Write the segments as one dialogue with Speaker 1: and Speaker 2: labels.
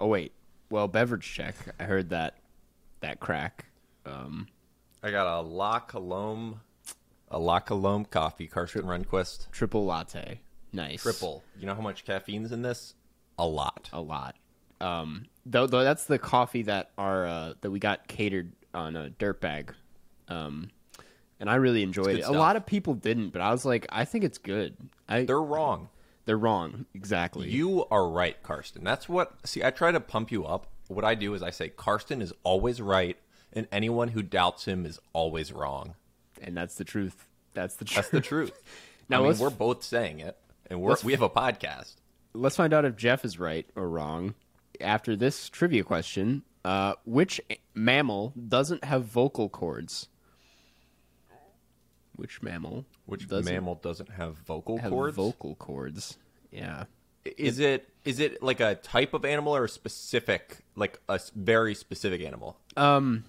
Speaker 1: Oh wait. Well, beverage check. I heard that that crack. Um,
Speaker 2: I got a La Colombe, a La Colombe coffee, Carson Runquist
Speaker 1: triple latte. Nice.
Speaker 2: triple. You know how much caffeine's in this? A lot.
Speaker 1: A lot. Um, though, though that's the coffee that our uh, that we got catered on a dirt bag. Um, and I really enjoyed
Speaker 2: good
Speaker 1: it.
Speaker 2: stuff.
Speaker 1: A lot of people didn't, but I was like, I think it's good. I
Speaker 2: They're wrong.
Speaker 1: they're wrong. Exactly.
Speaker 2: You are right, Karsten. That's what. See, I try to pump you up. What I do is I say Karsten is always right, and anyone who doubts him is always wrong.
Speaker 1: and that's the truth. That's the truth.
Speaker 2: That's the truth.
Speaker 1: Now
Speaker 2: I mean,
Speaker 1: let's-
Speaker 2: we're both saying it, and we're,
Speaker 1: let's-
Speaker 2: we have a podcast.
Speaker 1: let's find out if Jeff is right or wrong after this trivia question. Uh, which a- mammal doesn't have vocal cords? Which mammal?
Speaker 2: Which
Speaker 1: doesn't
Speaker 2: mammal doesn't have vocal
Speaker 1: have
Speaker 2: cords?
Speaker 1: vocal cords? Yeah,
Speaker 2: is it is it like a type of animal or a specific, like a s- very specific animal?
Speaker 1: A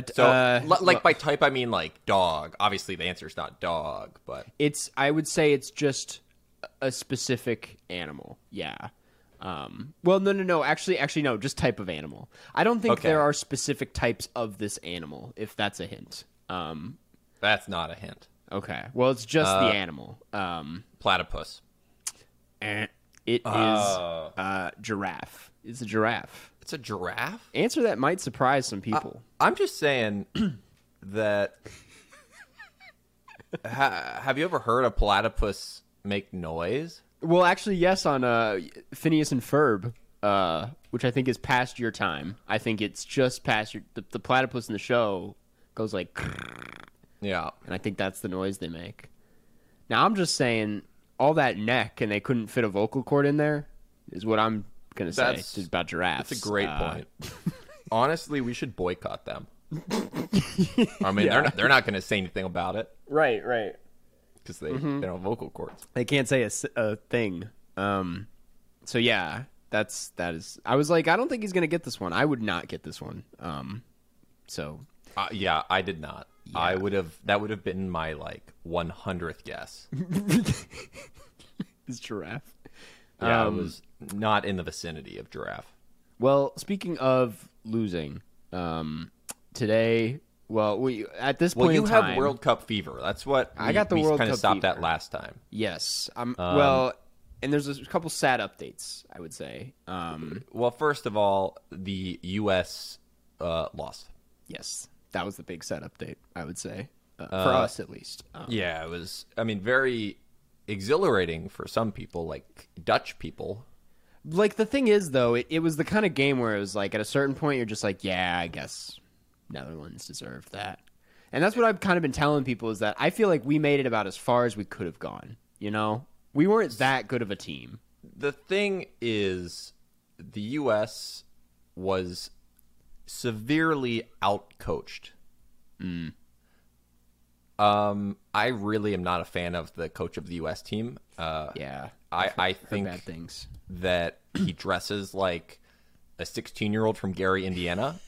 Speaker 1: t-
Speaker 2: So,
Speaker 1: uh,
Speaker 2: li- like by type, I mean like dog. Obviously, the answer is not dog, but
Speaker 1: it's I would say it's just a specific animal. Yeah. Um, well, no, no, no. Actually, actually, no. Just type of animal. I don't think
Speaker 2: Okay.
Speaker 1: there are specific types of this animal. If that's a hint. Um,
Speaker 2: that's not a hint.
Speaker 1: okay. Well, it's just
Speaker 2: Uh,
Speaker 1: the animal. Um,
Speaker 2: Platypus.
Speaker 1: eh, it is
Speaker 2: Oh.
Speaker 1: uh, giraffe. It's a giraffe.
Speaker 2: It's a giraffe.
Speaker 1: Answer that might surprise some people.
Speaker 2: I'm just saying that. ha- have you ever heard a platypus make noise?
Speaker 1: Uh, well, actually, yes. On uh, Phineas and Ferb, uh, which I think is past your time. I think it's just past your. The, the platypus in the show goes like,
Speaker 2: Yeah.
Speaker 1: and I think that's the noise they make. Now I'm just saying, all that neck, and they couldn't fit a vocal cord in there, is what I'm gonna say
Speaker 2: That's-
Speaker 1: just about giraffes.
Speaker 2: That's a great
Speaker 1: Uh,
Speaker 2: point. Honestly, we should boycott them. I mean, they're not, they're not going to say anything about it
Speaker 1: Right, right.
Speaker 2: because they, they don't have vocal cords.
Speaker 1: They can't say a, s- a thing. Um, so yeah, that's that is. I was like, I don't think he's gonna get this one. I would not get this one. Um, so
Speaker 2: Uh, yeah, I did not. I would have. That would have been my like 100th guess.
Speaker 1: is giraffe.
Speaker 2: Yeah,
Speaker 1: um,
Speaker 2: I was not in the vicinity of giraffe.
Speaker 1: Well, speaking of losing, um, today, well, we at this
Speaker 2: Well,
Speaker 1: point
Speaker 2: you
Speaker 1: in
Speaker 2: have
Speaker 1: time-
Speaker 2: World Cup fever. That's what
Speaker 1: I
Speaker 2: we-
Speaker 1: got the
Speaker 2: we
Speaker 1: World
Speaker 2: kind
Speaker 1: Cup
Speaker 2: of stopped
Speaker 1: fever.
Speaker 2: at last time.
Speaker 1: Yes, I'm
Speaker 2: Um,
Speaker 1: well, and there's a couple sad updates. I would say. Um,
Speaker 2: Well, first of all, the U.S. Uh, lost.
Speaker 1: yes, that was the big sad update. I would say uh, for us at least. Um,
Speaker 2: Yeah, it was. I mean, very exhilarating for some people, like Dutch people.
Speaker 1: like the thing is though it, it was the kind of game where it was like at a certain point you're just like yeah i guess netherlands deserved that and that's what i've kind of been telling people is that i feel like we made it about as far as we could have gone you know we weren't that good of a team
Speaker 2: The thing is, the U.S. was severely outcoached. Um, I really am not a fan of the coach of the U.S. team. Uh,
Speaker 1: yeah
Speaker 2: I, I
Speaker 1: Heard
Speaker 2: think
Speaker 1: bad things
Speaker 2: that he dresses like a 16 year old from Gary, Indiana.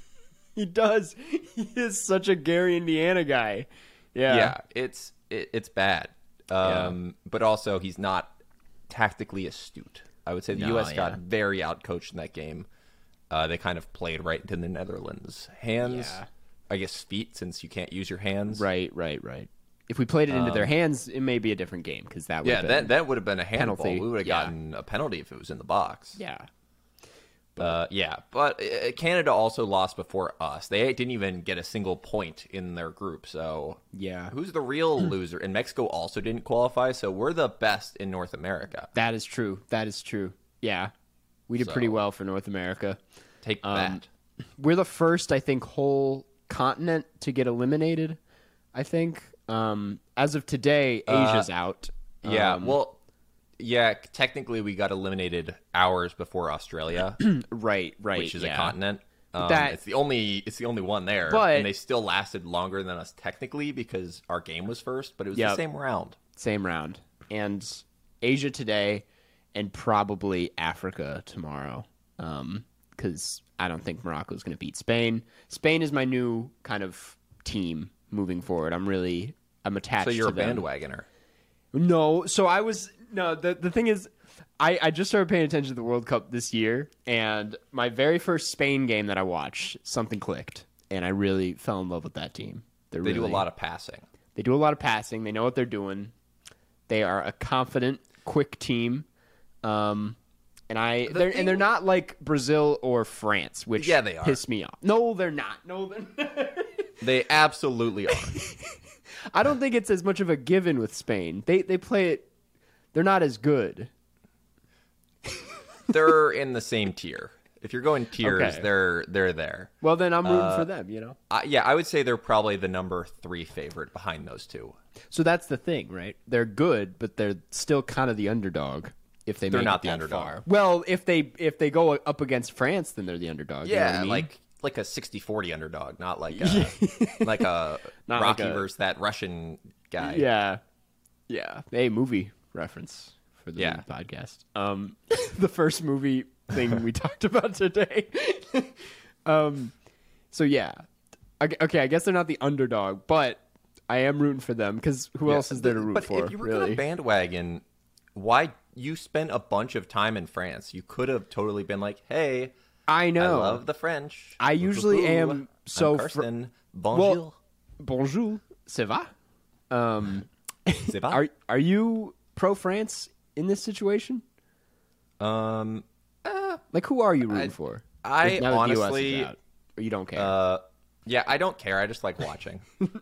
Speaker 1: he does he is such a gary indiana guy yeah
Speaker 2: yeah, it's it, it's bad. Um, But also, he's not tactically astute. I would say the
Speaker 1: No,
Speaker 2: U.S.
Speaker 1: yeah.
Speaker 2: got very outcoached in that game. Uh, they kind of played right into the Netherlands' hands.
Speaker 1: Yeah.
Speaker 2: I guess feet, since you can't use your hands.
Speaker 1: right right right if we played it into their hands it may be a different game because Um, that would
Speaker 2: Yeah,
Speaker 1: been,
Speaker 2: that that would have been a handball.
Speaker 1: Penalty,
Speaker 2: We would have
Speaker 1: yeah.
Speaker 2: gotten a penalty if it was in the box.
Speaker 1: yeah
Speaker 2: Uh, yeah, but uh, Canada also lost before us. They didn't even get a single point in their group. So
Speaker 1: Yeah.
Speaker 2: who's the real loser? And Mexico also didn't qualify. So we're the best in North America.
Speaker 1: That is true. That is true. Yeah. We did pretty
Speaker 2: So-
Speaker 1: well for North America.
Speaker 2: Take that.
Speaker 1: We're the first, I think, whole continent to get eliminated, I think. Um, as of today,
Speaker 2: Uh,
Speaker 1: Asia's out.
Speaker 2: Yeah,
Speaker 1: Um,
Speaker 2: well, yeah. Technically, we got eliminated hours before Australia,
Speaker 1: right, right.
Speaker 2: which is
Speaker 1: yeah.
Speaker 2: a continent. Um,
Speaker 1: that-
Speaker 2: it's the only it's the only one there,
Speaker 1: But-
Speaker 2: and they still lasted longer than us technically because our game was first, but it was
Speaker 1: Yep.
Speaker 2: the same round.
Speaker 1: same round, and Asia today, and probably Africa tomorrow. Because I don't think Morocco is going to beat Spain. Spain is my new kind of team moving forward. I'm really I'm attached.
Speaker 2: So you're a
Speaker 1: to them.
Speaker 2: bandwagoner.
Speaker 1: No, so I was no. The the thing is, I I just started paying attention to the World Cup this year, and my very first Spain game that I watched, something clicked, and I really fell in love with that team. They're
Speaker 2: They do a
Speaker 1: really-
Speaker 2: lot of passing.
Speaker 1: They do a lot of passing. They know what they're doing. They are a confident, quick team. Um, and I they're,
Speaker 2: thing-
Speaker 1: and they're not like Brazil or France, which
Speaker 2: Yeah, they are.
Speaker 1: piss me off. No, they're not. No, they're
Speaker 2: They absolutely are.
Speaker 1: I don't think it's as much of a given with Spain. They they play it. They're not as good.
Speaker 2: they're in the same tier. If you're going tiers,
Speaker 1: Okay.
Speaker 2: they're they're there.
Speaker 1: Well, then I'm rooting for them. You know.
Speaker 2: Uh, yeah, I would say they're probably the number three favorite behind those two.
Speaker 1: So that's the thing, right? They're good, but they're still kind of the underdog. If they
Speaker 2: They're
Speaker 1: make
Speaker 2: not
Speaker 1: it
Speaker 2: the
Speaker 1: that
Speaker 2: underdog.
Speaker 1: far. Well, if they if they go up against France, then they're the underdog. you know what I mean?
Speaker 2: like like a 60-40 underdog, not like a, like a
Speaker 1: Not like
Speaker 2: Rocky
Speaker 1: a-
Speaker 2: versus that Russian guy.
Speaker 1: yeah, yeah. Hey, movie reference for the
Speaker 2: Yeah.
Speaker 1: podcast. Um, the first movie thing we talked about today. um, so yeah, okay, okay. I guess they're not the underdog, but I am rooting for them because who else is there to root
Speaker 2: but
Speaker 1: for?
Speaker 2: if you were
Speaker 1: really?
Speaker 2: gonna bandwagon, why you spent a bunch of time in France? You could have totally been like, "Hey,
Speaker 1: I
Speaker 2: I
Speaker 1: know.
Speaker 2: love the French."
Speaker 1: I usually
Speaker 2: Ooh,
Speaker 1: am
Speaker 2: I'm
Speaker 1: so fr-
Speaker 2: Karsten.
Speaker 1: Well,
Speaker 2: Bonjour.
Speaker 1: bonjour, ça va? Um,
Speaker 2: C'est pas-
Speaker 1: are are you pro France in this situation?
Speaker 2: um,
Speaker 1: Like, who are you rooting for?
Speaker 2: I
Speaker 1: If- now that the US is
Speaker 2: honestly-
Speaker 1: out, or you don't care.
Speaker 2: uh, yeah, I don't care. I just like watching.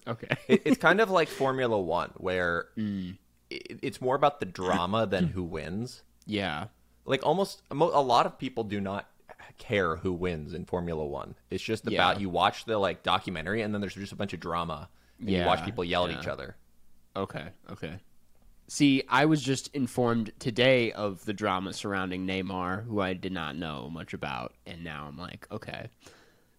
Speaker 1: okay.
Speaker 2: It- it's kind of like Formula One, where
Speaker 1: Mm.
Speaker 2: it, it's more about the drama than who wins.
Speaker 1: yeah.
Speaker 2: Like almost mo- a lot of people do not care who wins in Formula One. It's just
Speaker 1: Yeah.
Speaker 2: about you watch the like documentary, and then there's just a bunch of drama. And You watch
Speaker 1: Yeah,
Speaker 2: people yell
Speaker 1: yeah.
Speaker 2: at each other.
Speaker 1: Okay. Okay. See, I was just informed today of the drama surrounding Neymar, who I did not know much about, and now I'm like, okay.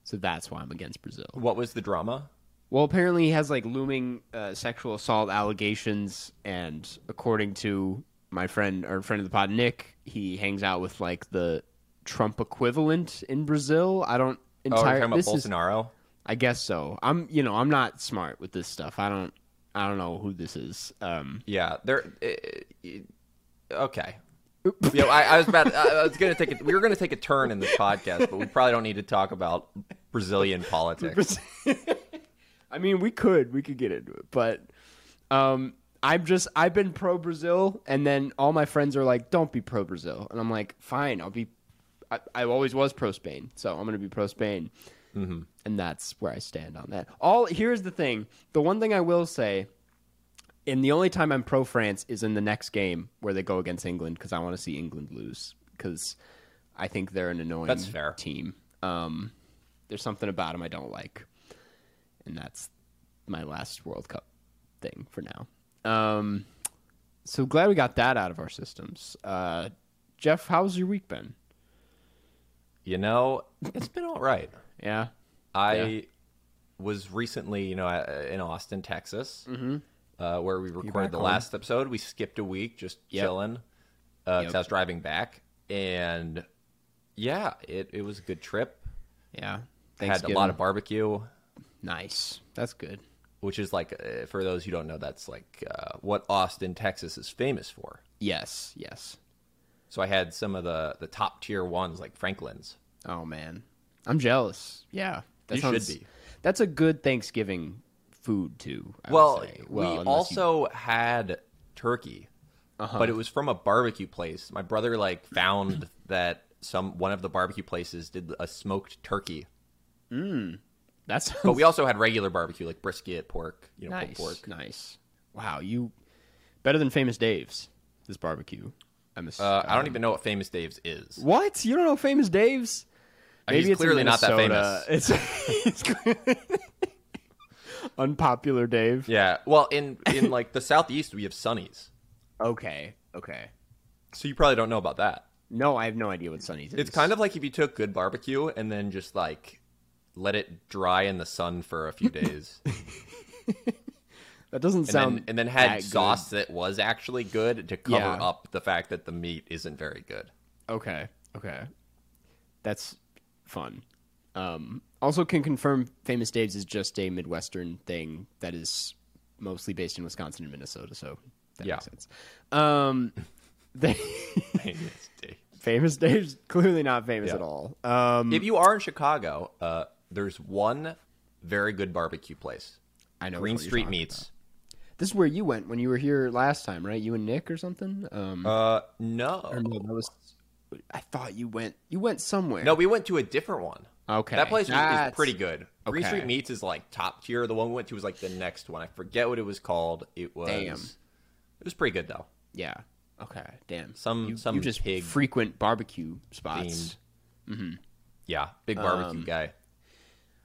Speaker 1: So that's why I'm against Brazil.
Speaker 2: What was the drama?
Speaker 1: Well, apparently he has like looming uh, sexual assault allegations, and according to my friend or friend of the pod, Nick, he hangs out with like the Trump equivalent in Brazil. I don't
Speaker 2: Oh,
Speaker 1: entirely.
Speaker 2: you're talking about
Speaker 1: this is,
Speaker 2: Bolsonaro.
Speaker 1: I guess so. I'm, you know, I'm not smart with this stuff. I don't, I don't know who this is. Um,
Speaker 2: Yeah, there. Uh, okay. you know, I, I was about. I I was going to take. A, we were going to take a turn in this podcast, but we probably don't need to talk about Brazilian politics.
Speaker 1: I mean, we could, we could get into it, but, um, I'm just, I've been pro Brazil, and then all my friends are like, "Don't be pro Brazil," and I'm like, "Fine, I'll be." I, I always was pro Spain, so I'm gonna be pro Spain, mm-hmm. and that's where I stand on that. All here's the thing: the one thing I will say and the only time I'm pro France is in the next game where they go against England because I want to see England lose because I think they're an annoying
Speaker 2: That's fair.
Speaker 1: team. Um, there's something about them I don't like, and that's my last World Cup thing for now. Um, so glad we got that out of our systems. Uh, Jeff, how's your week been?
Speaker 2: You know, it's been all right.
Speaker 1: Yeah,
Speaker 2: I was recently, you know, uh, in Austin, Texas,
Speaker 1: Mm-hmm.
Speaker 2: uh, where we recorded
Speaker 1: back
Speaker 2: the
Speaker 1: home.
Speaker 2: last episode. We skipped a week just
Speaker 1: Yep.
Speaker 2: chilling because
Speaker 1: Yep.
Speaker 2: I was driving back, and yeah, it it was a good trip.
Speaker 1: yeah.
Speaker 2: Had a lot of barbecue,
Speaker 1: nice. That's good.
Speaker 2: which is like, uh, for those who don't know, that's like uh, what Austin, Texas, is famous for.
Speaker 1: Yes, yes.
Speaker 2: So I had some of the the top tier ones like Franklin's.
Speaker 1: Oh man, I'm jealous. Yeah, that
Speaker 2: You should be.
Speaker 1: That's a good Thanksgiving food too. I would
Speaker 2: Well,
Speaker 1: say.
Speaker 2: we
Speaker 1: unless you-
Speaker 2: also had turkey, but it was from a barbecue place. My brother like found that some one of the barbecue places did a smoked turkey,
Speaker 1: that's
Speaker 2: but we also had regular barbecue like brisket, pork, you know, pulled
Speaker 1: nice.
Speaker 2: pork.
Speaker 1: Nice. Wow, you better than Famous Dave's. This barbecue. I'm a,
Speaker 2: Uh, I don't even know what Famous Dave's is.
Speaker 1: What you don't know Famous Dave's?
Speaker 2: uh, he's
Speaker 1: in
Speaker 2: clearly not that
Speaker 1: Minnesota. It's, it's clear- unpopular Dave.
Speaker 2: Yeah, well, in in like the southeast we have Sonny's,
Speaker 1: Okay. Okay.
Speaker 2: so you probably don't know about that.
Speaker 1: No, I have no idea what Sonny's is.
Speaker 2: It's kind of like if you took good barbecue and then just like let it dry in the sun for a few days.
Speaker 1: That doesn't
Speaker 2: and
Speaker 1: sound
Speaker 2: then, and then
Speaker 1: that
Speaker 2: had
Speaker 1: good.
Speaker 2: sauce that was actually good to cover
Speaker 1: Yeah.
Speaker 2: up the fact that the meat isn't very good.
Speaker 1: Okay. Okay. That's fun. Um, also, can confirm Famous Dave's is just a Midwestern thing that is mostly based in Wisconsin and Minnesota, so that
Speaker 2: Yeah.
Speaker 1: makes sense. Um, they,
Speaker 2: if
Speaker 1: famous Dave's clearly not famous
Speaker 2: Yeah.
Speaker 1: at all. Um,
Speaker 2: you are in Chicago, uh, there's one very good barbecue place,
Speaker 1: I know
Speaker 2: Green
Speaker 1: which one you're
Speaker 2: Street
Speaker 1: talking
Speaker 2: Meats.
Speaker 1: about. This is where you went when you were here last time, right? You and Nick or something. Um,
Speaker 2: Uh, no,
Speaker 1: or no, that was. I thought you went. You went somewhere.
Speaker 2: no, we went to a different one.
Speaker 1: Okay,
Speaker 2: that place is- is
Speaker 1: that's-
Speaker 2: pretty good. Green
Speaker 1: okay.
Speaker 2: Street Meats is like top tier. The one we went to was like the next one. I forget what it was called. It was.
Speaker 1: Damn.
Speaker 2: It was pretty good though.
Speaker 1: Yeah. Okay. Damn.
Speaker 2: Some-
Speaker 1: you,
Speaker 2: some
Speaker 1: you just
Speaker 2: pig
Speaker 1: frequent barbecue spots.
Speaker 2: Themed. Yeah, big
Speaker 1: um,
Speaker 2: barbecue guy.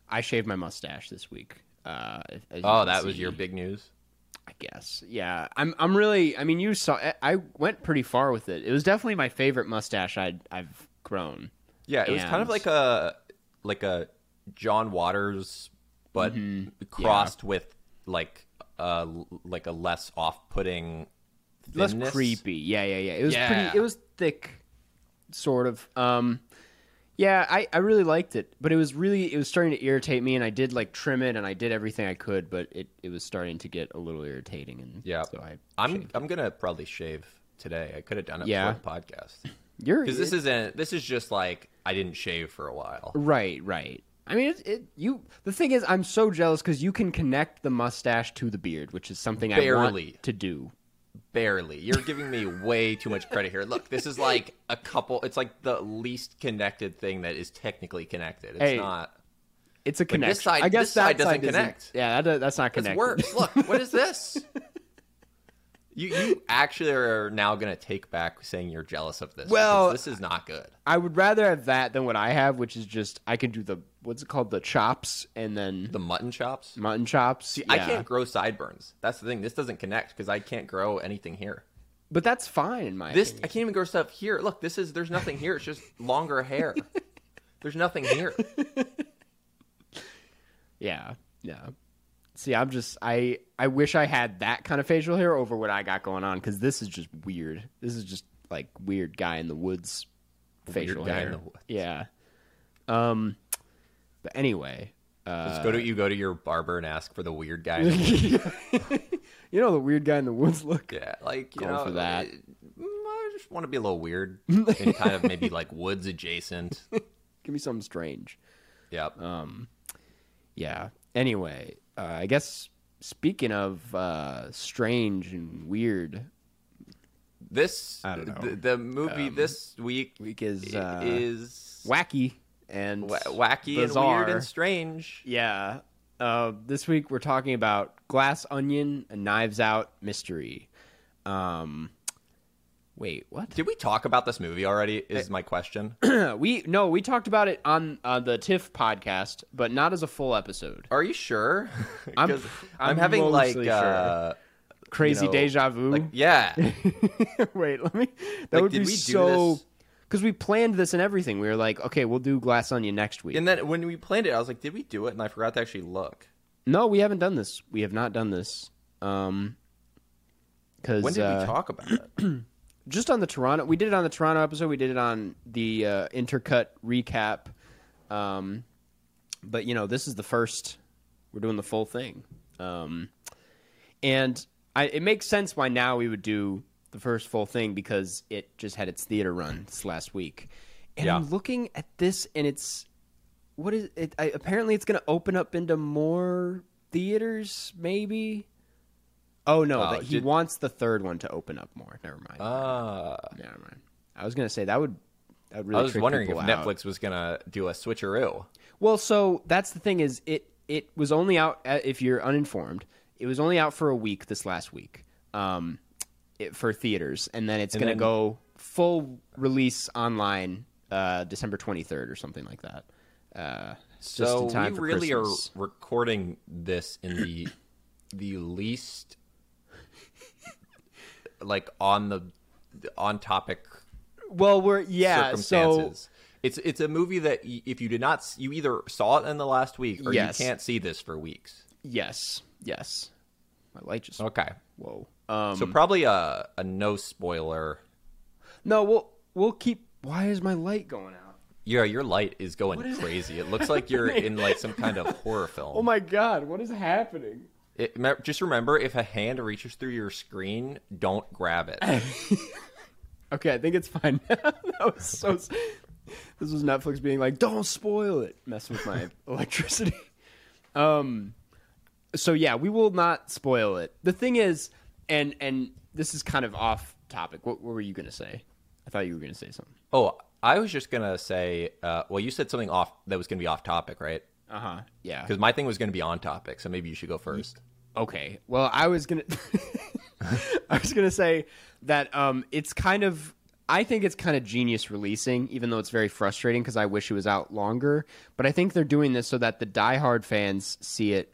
Speaker 1: I shaved my mustache this week. Uh, as you
Speaker 2: Oh,
Speaker 1: can
Speaker 2: that was
Speaker 1: see,
Speaker 2: your big news.
Speaker 1: I guess. Yeah, I'm. I'm really. I mean, you saw. I- I went pretty far with it. It was definitely my favorite mustache I'd, I've grown.
Speaker 2: Yeah, it was kind of
Speaker 1: And-
Speaker 2: like a like a John Waters, but
Speaker 1: Mm-hmm.
Speaker 2: crossed with like uh like a less off-putting,
Speaker 1: Less
Speaker 2: thinness.
Speaker 1: creepy. Yeah, yeah, yeah. It was
Speaker 2: Yeah.
Speaker 1: pretty. It was thick, sort of. Um, yeah, I, I really liked it, but it was really it was starting to irritate me, and I did like trim it, and I did everything I could, but it, it was starting to get a little irritating, and
Speaker 2: Yeah.
Speaker 1: so I
Speaker 2: I'm I'm gonna probably shave today. I could have done it
Speaker 1: Yeah.
Speaker 2: for the podcast
Speaker 1: you're
Speaker 2: because this isn't this is just like I didn't shave for a while.
Speaker 1: Right, right. I mean, it, it you. The thing is, I'm so jealous because you can connect the mustache to the beard, which is something I
Speaker 2: Barely.
Speaker 1: want to do.
Speaker 2: Barely. You're giving me way too much credit here. Look, this is like a couple. It's like the least connected thing that is technically connected. It's
Speaker 1: Hey,
Speaker 2: not.
Speaker 1: It's a connection.
Speaker 2: this side-
Speaker 1: I guess
Speaker 2: this
Speaker 1: that
Speaker 2: side doesn't connect.
Speaker 1: Yeah, that, that's not
Speaker 2: It's
Speaker 1: connected.
Speaker 2: worse. Look, what is this? You you actually are now gonna take back saying you're jealous of this.
Speaker 1: Well-
Speaker 2: because this is not good.
Speaker 1: I would rather have that than what I have, which is just I can do the what's it called, the chops, and then
Speaker 2: The mutton chops.
Speaker 1: mutton chops.
Speaker 2: I
Speaker 1: yeah.
Speaker 2: can't grow sideburns. That's the thing. This doesn't connect because I can't grow anything here.
Speaker 1: but that's fine in my
Speaker 2: This
Speaker 1: opinion.
Speaker 2: I can't even grow stuff here. Look, this is there's nothing here. It's just longer hair. There's nothing here.
Speaker 1: Yeah, yeah. See, I'm just I I wish I had that kind of facial hair over what I got going on because this is just weird. This is just like weird guy in the woods facial
Speaker 2: guy in
Speaker 1: hair.
Speaker 2: the woods.
Speaker 1: Yeah. Um. But anyway, uh,
Speaker 2: Just go to you go to your barber and ask for the weird guy.
Speaker 1: you know the weird guy in the woods look.
Speaker 2: yeah, like you
Speaker 1: Go
Speaker 2: know
Speaker 1: for that.
Speaker 2: I, I just want to be a little weird and kind of maybe like woods adjacent.
Speaker 1: Give me something strange. Um,
Speaker 2: Yep.
Speaker 1: Yeah. Anyway, uh, I guess speaking of uh, strange and weird,
Speaker 2: This
Speaker 1: I don't know.
Speaker 2: The, the movie this week
Speaker 1: week is
Speaker 2: i-
Speaker 1: uh,
Speaker 2: is
Speaker 1: wacky and
Speaker 2: wa- wacky
Speaker 1: bizarre.
Speaker 2: and weird and strange.
Speaker 1: Yeah. Uh, this week we're talking about Glass Onion, a Knives Out mystery. Um, wait, what?
Speaker 2: Did we talk about this movie already? Is my question.
Speaker 1: we no, we talked about it on uh, the TIFF podcast, but not as a full episode.
Speaker 2: Are you sure?
Speaker 1: I'm-
Speaker 2: 'Cause
Speaker 1: I'm
Speaker 2: having like
Speaker 1: mostly
Speaker 2: uh,
Speaker 1: Crazy
Speaker 2: know,
Speaker 1: deja vu.
Speaker 2: like yeah.
Speaker 1: wait, let me. That
Speaker 2: Like,
Speaker 1: would
Speaker 2: did
Speaker 1: be
Speaker 2: we do
Speaker 1: so.
Speaker 2: this?
Speaker 1: Because we planned this and everything. We were like, okay, we'll do Glass Onion next week.
Speaker 2: and then when we planned it, I was like, did we do it? And I forgot to actually look.
Speaker 1: no, we haven't done this. We have not done this. Um, because
Speaker 2: When did
Speaker 1: uh,
Speaker 2: we talk about it?
Speaker 1: just on the Toronto. We did it on the Toronto episode. We did it on the uh, intercut recap. Um, but you know, this is the first. We're doing the full thing, um, and I, it makes sense why now we would do the first full thing because it just had its theater run this last week. And
Speaker 2: Yeah.
Speaker 1: I'm looking at this, and it's what is it? I, apparently, it's going to open up into more theaters, maybe. Oh no!
Speaker 2: Oh,
Speaker 1: but he
Speaker 2: did-
Speaker 1: wants the third one to open up more. Never mind.
Speaker 2: Uh,
Speaker 1: Never mind. I was gonna say that would that would really.
Speaker 2: I was
Speaker 1: trick
Speaker 2: wondering if
Speaker 1: people out.
Speaker 2: Netflix was gonna do a switcheroo.
Speaker 1: Well, so that's the thing is it it was only out uh, if you're uninformed. It was only out for a week this last week, um, it, for theaters, and then it's gonna
Speaker 2: then-
Speaker 1: go full release online uh, December 23rd or something like that. Uh, just
Speaker 2: So
Speaker 1: in time
Speaker 2: we
Speaker 1: for
Speaker 2: really
Speaker 1: Christmas.
Speaker 2: are recording this in the the least like on the on topic
Speaker 1: well, we're yeah. So
Speaker 2: circumstances. it's it's a movie that y- if you did not s- you either saw it in the last week or
Speaker 1: Yes.
Speaker 2: you can't see this for weeks.
Speaker 1: yes, yes. My light just
Speaker 2: Okay.
Speaker 1: whoa. Um,
Speaker 2: So probably a, a no spoiler.
Speaker 1: no, we'll we'll keep. Why is my light going out?
Speaker 2: Yeah, your light is going crazy. It looks like you're in like some kind of horror film.
Speaker 1: Oh my god, what is happening?
Speaker 2: It, me- just remember, if a hand reaches through your screen, don't grab it.
Speaker 1: Okay, I think it's fine. now. that was so. s- this was Netflix being like, "Don't spoil it," messing with my electricity. Um, so yeah, we will not spoil it. The thing is, and and this is kind of off topic. What, what were you gonna say? I thought you were gonna say something.
Speaker 2: oh, I was just gonna say. Uh, well, you said something off that was gonna be off topic, right?
Speaker 1: Uh huh. Yeah.
Speaker 2: Because my thing was gonna be on topic, so maybe you should go first.
Speaker 1: Okay. Well, I was gonna, I was gonna say that um, it's kind of, I think it's kind of genius releasing, even though it's very frustrating because I wish it was out longer. But I think they're doing this so that the diehard fans see it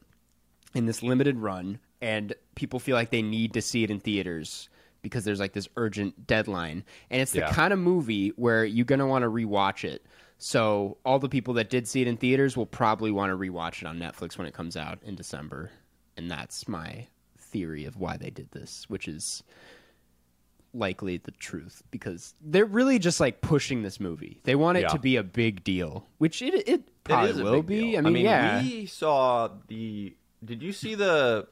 Speaker 1: in this limited run, and people feel like they need to see it in theaters because there's like this urgent deadline, and it's the
Speaker 2: Yeah.
Speaker 1: kind of movie where you're gonna want to rewatch it. So all the people that did see it in theaters will probably want to rewatch it on Netflix when it comes out in December, and that's my theory of why they did this, which is likely the truth because they're really just like pushing this movie. They want it
Speaker 2: Yeah.
Speaker 1: to be a big deal, which it it probably
Speaker 2: It is a
Speaker 1: will
Speaker 2: big
Speaker 1: be.
Speaker 2: deal.
Speaker 1: I mean, yeah.
Speaker 2: we saw the. Did you see the?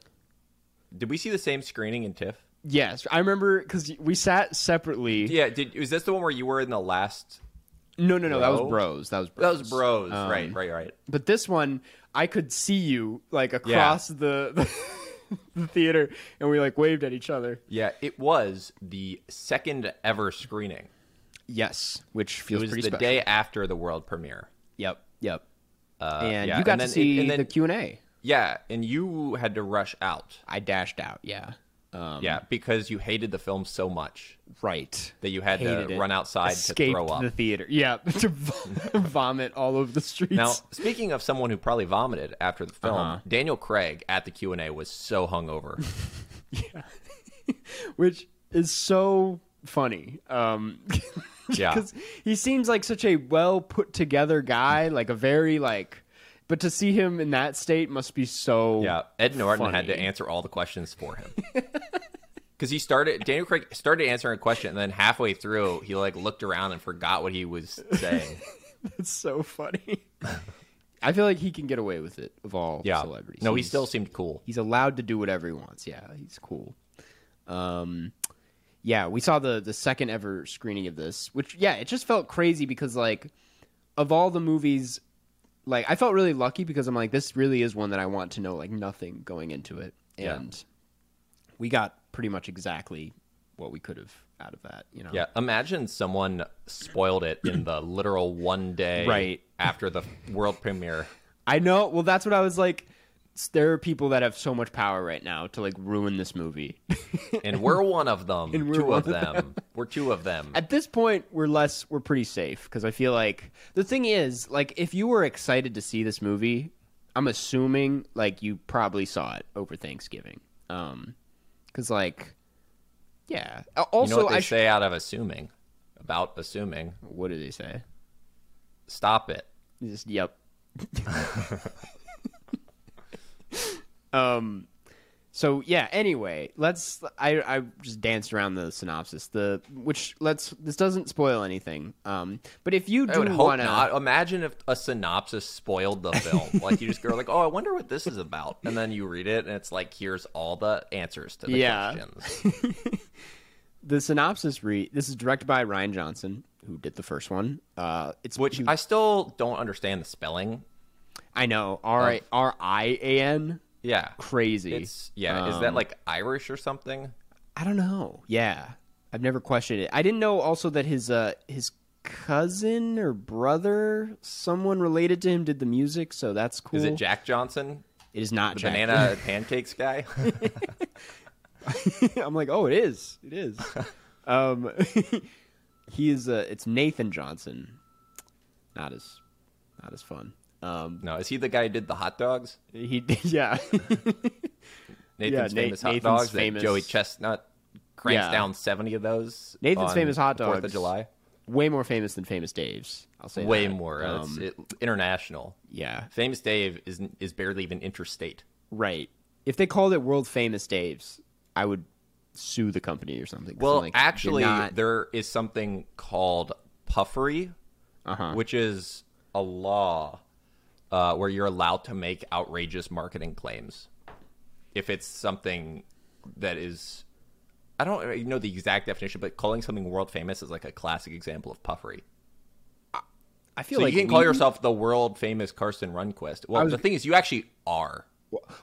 Speaker 2: Did we see the same screening in TIFF?
Speaker 1: Yes, I remember because we sat separately.
Speaker 2: Yeah. Did was this the one where you were in the last?
Speaker 1: No, no, no. That was
Speaker 2: Bro?
Speaker 1: bros. That was
Speaker 2: That
Speaker 1: bros.
Speaker 2: was Bros.
Speaker 1: Um,
Speaker 2: right. Right. Right.
Speaker 1: But this one, I could see you like across the, the the theater, and we like waved at each other.
Speaker 2: Yeah. It was the second ever screening.
Speaker 1: Yes, which
Speaker 2: It
Speaker 1: feels
Speaker 2: was the
Speaker 1: pretty special.
Speaker 2: day after the world premiere.
Speaker 1: Yep, yep.
Speaker 2: Uh,
Speaker 1: and
Speaker 2: yeah,
Speaker 1: you got
Speaker 2: and
Speaker 1: to
Speaker 2: then-
Speaker 1: see
Speaker 2: and then-
Speaker 1: the Q and A.
Speaker 2: Yeah, and you had to rush out.
Speaker 1: I dashed out. Yeah. Um,
Speaker 2: Yeah, because you hated the film so much
Speaker 1: Right.
Speaker 2: that you had
Speaker 1: Hated
Speaker 2: to
Speaker 1: it.
Speaker 2: run outside
Speaker 1: Escaped
Speaker 2: to throw up.
Speaker 1: the theater. Yeah, to vom- vomit all over the streets.
Speaker 2: Now, speaking of someone who probably vomited after the film,
Speaker 1: Uh-huh.
Speaker 2: Daniel Craig at the Q and A was so hungover.
Speaker 1: which is so funny. Um,
Speaker 2: Yeah.
Speaker 1: because he seems like such a well put together guy, like a very like. But to see him in that state must be so.
Speaker 2: yeah, Ed Norton had to
Speaker 1: Funny.
Speaker 2: answer all the questions for him. Because he started, Daniel Craig started answering a question, and then halfway through, he like looked around and forgot what he was saying.
Speaker 1: it's so funny. I feel like he can get away with it of all
Speaker 2: Yeah,
Speaker 1: celebrities.
Speaker 2: no, he
Speaker 1: He's-
Speaker 2: still seemed cool.
Speaker 1: he's allowed to do whatever he wants. Yeah, he's cool. Um, yeah, we saw the the second ever screening of this, which yeah, it just felt crazy because like of all the movies, like I felt really lucky because I'm like this really is one that I want to know like nothing going into it,
Speaker 2: Yeah.
Speaker 1: and we got pretty much exactly what we could have out of that. You know,
Speaker 2: Yeah, imagine someone spoiled it in the literal one day
Speaker 1: Right.
Speaker 2: after the world premiere.
Speaker 1: I know. Well, that's what I was like. s- There are people that have so much power right now to like ruin this movie.
Speaker 2: And we're one of them.
Speaker 1: And we're
Speaker 2: two
Speaker 1: one
Speaker 2: of
Speaker 1: of
Speaker 2: them. We're two of them.
Speaker 1: at this point we're less we're pretty safe because i feel like the thing is like if you were excited to see this movie i'm assuming like you probably saw it over thanksgiving um because like yeah Uh,
Speaker 2: You
Speaker 1: also
Speaker 2: know what they
Speaker 1: i sh-
Speaker 2: say out of assuming? About assuming.
Speaker 1: what did they say
Speaker 2: Stop it.
Speaker 1: Just yep. um so yeah, anyway, let's I I just danced around the synopsis. The which let's this doesn't spoil anything. Um but if you
Speaker 2: I
Speaker 1: do
Speaker 2: would hope
Speaker 1: want to
Speaker 2: not. Imagine if a synopsis spoiled the film. like you just go like, "Oh, I wonder what this is about," and then you read it, and it's like, "Here's all the answers to the
Speaker 1: Yeah.
Speaker 2: questions."
Speaker 1: the synopsis read this is directed by Ryan Johnson who did the first one. Uh it's
Speaker 2: Which I still don't understand the spelling.
Speaker 1: I know R I R I A N
Speaker 2: Yeah,
Speaker 1: crazy.
Speaker 2: Oh. it's yeah. is that
Speaker 1: Um,
Speaker 2: like Irish or something?
Speaker 1: I don't know. Yeah, I've never questioned it. I didn't know also that his uh his cousin or brother, someone related to him, did the music. So that's cool.
Speaker 2: Is it Jack Johnson?
Speaker 1: It is not Jack.
Speaker 2: banana pancakes guy.
Speaker 1: I'm like, oh, it is. It is. um, he is. Uh, it's Nathan Johnson. Not as, not as fun. Um,
Speaker 2: no, is he the guy who did the hot dogs?
Speaker 1: he yeah.
Speaker 2: Nathan's
Speaker 1: Na-
Speaker 2: famous hot
Speaker 1: Nathan's
Speaker 2: dogs.
Speaker 1: famous-
Speaker 2: That Joey Chestnut cranks
Speaker 1: Yeah.
Speaker 2: down seventy of those.
Speaker 1: Nathan's
Speaker 2: on
Speaker 1: famous hot
Speaker 2: the Fourth of
Speaker 1: dogs.
Speaker 2: July.
Speaker 1: Way more famous than Famous Dave's. I'll say
Speaker 2: Way
Speaker 1: that.
Speaker 2: more. uh, it's
Speaker 1: Um,
Speaker 2: it, international.
Speaker 1: yeah.
Speaker 2: Famous Dave is is barely even interstate.
Speaker 1: Right. if they called it World Famous Dave's, I would sue the company or something. 'cause I'm
Speaker 2: Well,
Speaker 1: like, you're
Speaker 2: actually,
Speaker 1: not-
Speaker 2: there is something called puffery,
Speaker 1: Uh-huh.
Speaker 2: which is a law uh, where you're allowed to make outrageous marketing claims if it's something that is. I don't really know the exact definition, but calling something world famous is like a classic example of puffery.
Speaker 1: I feel
Speaker 2: So
Speaker 1: like
Speaker 2: you can call
Speaker 1: we-
Speaker 2: yourself the world famous Karsten Runquist. Well,
Speaker 1: I was-
Speaker 2: the thing is, you actually are.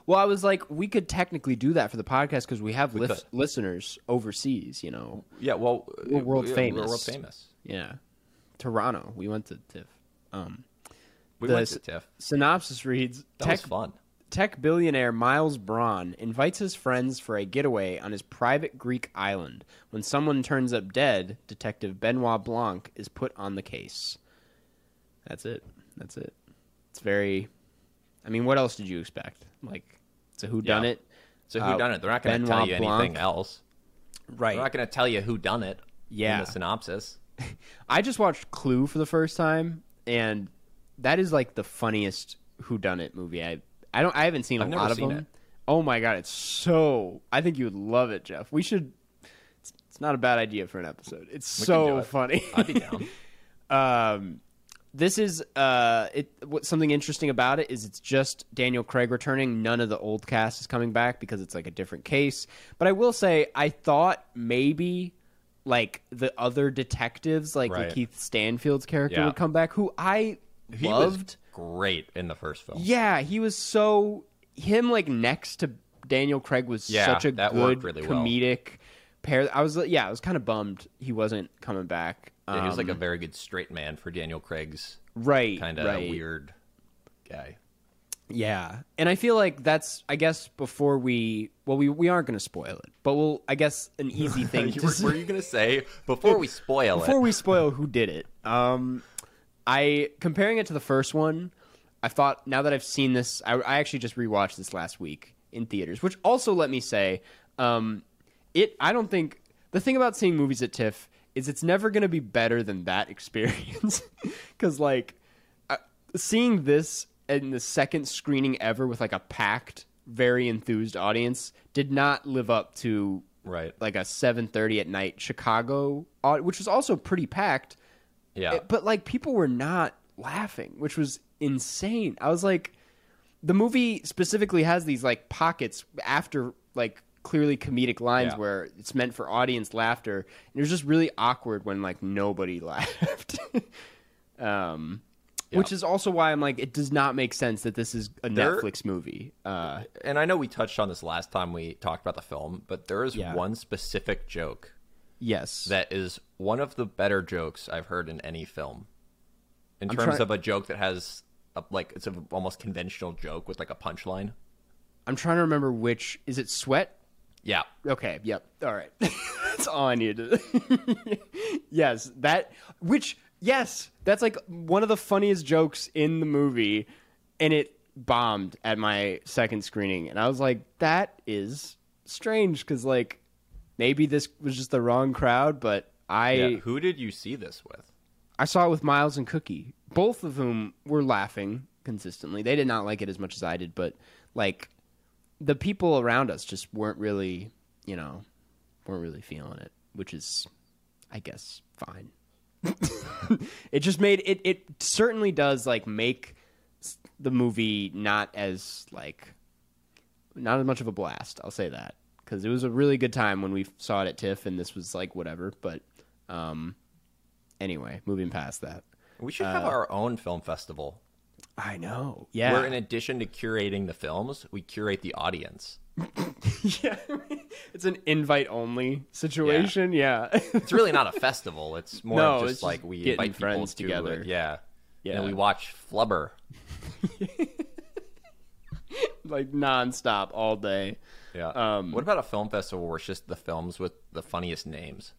Speaker 1: Well, I was like, we could technically do that for the podcast because we have lis-
Speaker 2: could.
Speaker 1: listeners overseas. You know,
Speaker 2: Yeah, well,
Speaker 1: We're world
Speaker 2: yeah,
Speaker 1: famous.
Speaker 2: We're world famous.
Speaker 1: yeah, Toronto. We went to TIFF. Um,
Speaker 2: We
Speaker 1: The
Speaker 2: went to
Speaker 1: s-
Speaker 2: TIFF.
Speaker 1: synopsis reads:
Speaker 2: That
Speaker 1: Tech
Speaker 2: was fun.
Speaker 1: Tech billionaire Miles Braun invites his friends for a getaway on his private Greek island. When someone turns up dead, Detective Benoit Blanc is put on the case. That's it. That's it. It's very. I mean, what else did you expect? Like, it's a whodunit. done it,
Speaker 2: So
Speaker 1: Uh,
Speaker 2: who done it? They're not going to
Speaker 1: Benoit
Speaker 2: tell you
Speaker 1: Blanc.
Speaker 2: anything else.
Speaker 1: right?
Speaker 2: They're not going to tell you who done it.
Speaker 1: Yeah.
Speaker 2: In the synopsis.
Speaker 1: I just watched Clue for the first time, and that is like the funniest Who Done It movie. I I don't I haven't seen a
Speaker 2: I've never
Speaker 1: lot of
Speaker 2: seen
Speaker 1: them.
Speaker 2: it.
Speaker 1: Oh my god, it's so. I think you would love it, Jeff. We should. It's, it's not a bad idea for an episode. It's
Speaker 2: We can
Speaker 1: so
Speaker 2: do it.
Speaker 1: funny.
Speaker 2: I'd be down.
Speaker 1: um, this is uh, it. What something interesting about it is it's just Daniel Craig returning. None of the old cast is coming back because it's like a different case. But I will say, I thought maybe like the other detectives, like
Speaker 2: Right.
Speaker 1: Keith Stanfield's character,
Speaker 2: Yeah.
Speaker 1: would come back, who I
Speaker 2: he
Speaker 1: loved.
Speaker 2: was great in the first film.
Speaker 1: Yeah, he was so him like next to Daniel Craig was
Speaker 2: Yeah,
Speaker 1: such a
Speaker 2: that
Speaker 1: good
Speaker 2: worked really well.
Speaker 1: comedic pair. I was yeah, I was kind of bummed he wasn't coming back.
Speaker 2: Yeah, he was like a
Speaker 1: Um,
Speaker 2: very good straight man for Daniel Craig's
Speaker 1: right
Speaker 2: kind of
Speaker 1: right.
Speaker 2: weird guy.
Speaker 1: Yeah. And I feel like that's I guess before we well we we aren't going to spoil it. But we'll I guess an easy thing
Speaker 2: You
Speaker 1: to
Speaker 2: were,
Speaker 1: say-
Speaker 2: were you going to say before we spoil
Speaker 1: before
Speaker 2: it?
Speaker 1: we spoil who did it. Um I comparing it to the first one, I thought now that I've seen this I I actually just rewatched this last week in theaters, which also let me say um it I don't think the thing about seeing movies at TIFF is it's never going to be better than that experience cuz like I- seeing this in the second screening ever with like a packed, very enthused audience did not live up to
Speaker 2: Right.
Speaker 1: like a 7:30 at night Chicago, au- which was also pretty packed.
Speaker 2: Yeah.
Speaker 1: It- but like people were not laughing, which was insane. I was like the movie specifically has these like pockets after like clearly comedic lines
Speaker 2: Yeah.
Speaker 1: where it's meant for audience laughter and it was just really awkward when like nobody laughed um
Speaker 2: Yeah.
Speaker 1: which is also why i'm like it does not make sense that this is a
Speaker 2: There-
Speaker 1: netflix movie uh
Speaker 2: and I know we touched on this last time we talked about the film, but there is
Speaker 1: Yeah.
Speaker 2: one specific joke
Speaker 1: yes
Speaker 2: that is one of the better jokes I've heard in any film. In
Speaker 1: I'm
Speaker 2: terms
Speaker 1: try-
Speaker 2: of a joke that has a, like it's an almost conventional joke with like a punchline.
Speaker 1: i'm trying to remember which is it sweat
Speaker 2: Yeah.
Speaker 1: Okay, yep. All right. that's all I needed. yes, that which yes, that's like one of the funniest jokes in the movie and it bombed at my second screening and I was like that is strange cuz like maybe this was just the wrong crowd but I
Speaker 2: yeah. Who did you see this with?
Speaker 1: I saw it with Miles and Cookie, both of whom were laughing consistently. They did not like it as much as I did, but like the people around us just weren't really, you know, weren't really feeling it, which is, I guess, fine. it just made it. It certainly does like make s- the movie not as like not as much of a blast. I'll say that because it was a really good time when we saw it at TIFF, and this was like whatever. But um, anyway, moving past that,
Speaker 2: We should have our own film festival
Speaker 1: I know. Uh, Yeah,
Speaker 2: where, in addition to curating the films, we curate the audience.
Speaker 1: yeah. it's an invite only situation. Yeah, yeah.
Speaker 2: It's really not a festival. It's more
Speaker 1: No, it's
Speaker 2: of just
Speaker 1: just
Speaker 2: like we
Speaker 1: getting
Speaker 2: invite people
Speaker 1: friends
Speaker 2: to
Speaker 1: together.
Speaker 2: It. Yeah.
Speaker 1: Yeah.
Speaker 2: And we watch Flubber.
Speaker 1: like nonstop all day.
Speaker 2: Yeah.
Speaker 1: Um,
Speaker 2: what about a film festival where it's just the films with the funniest names?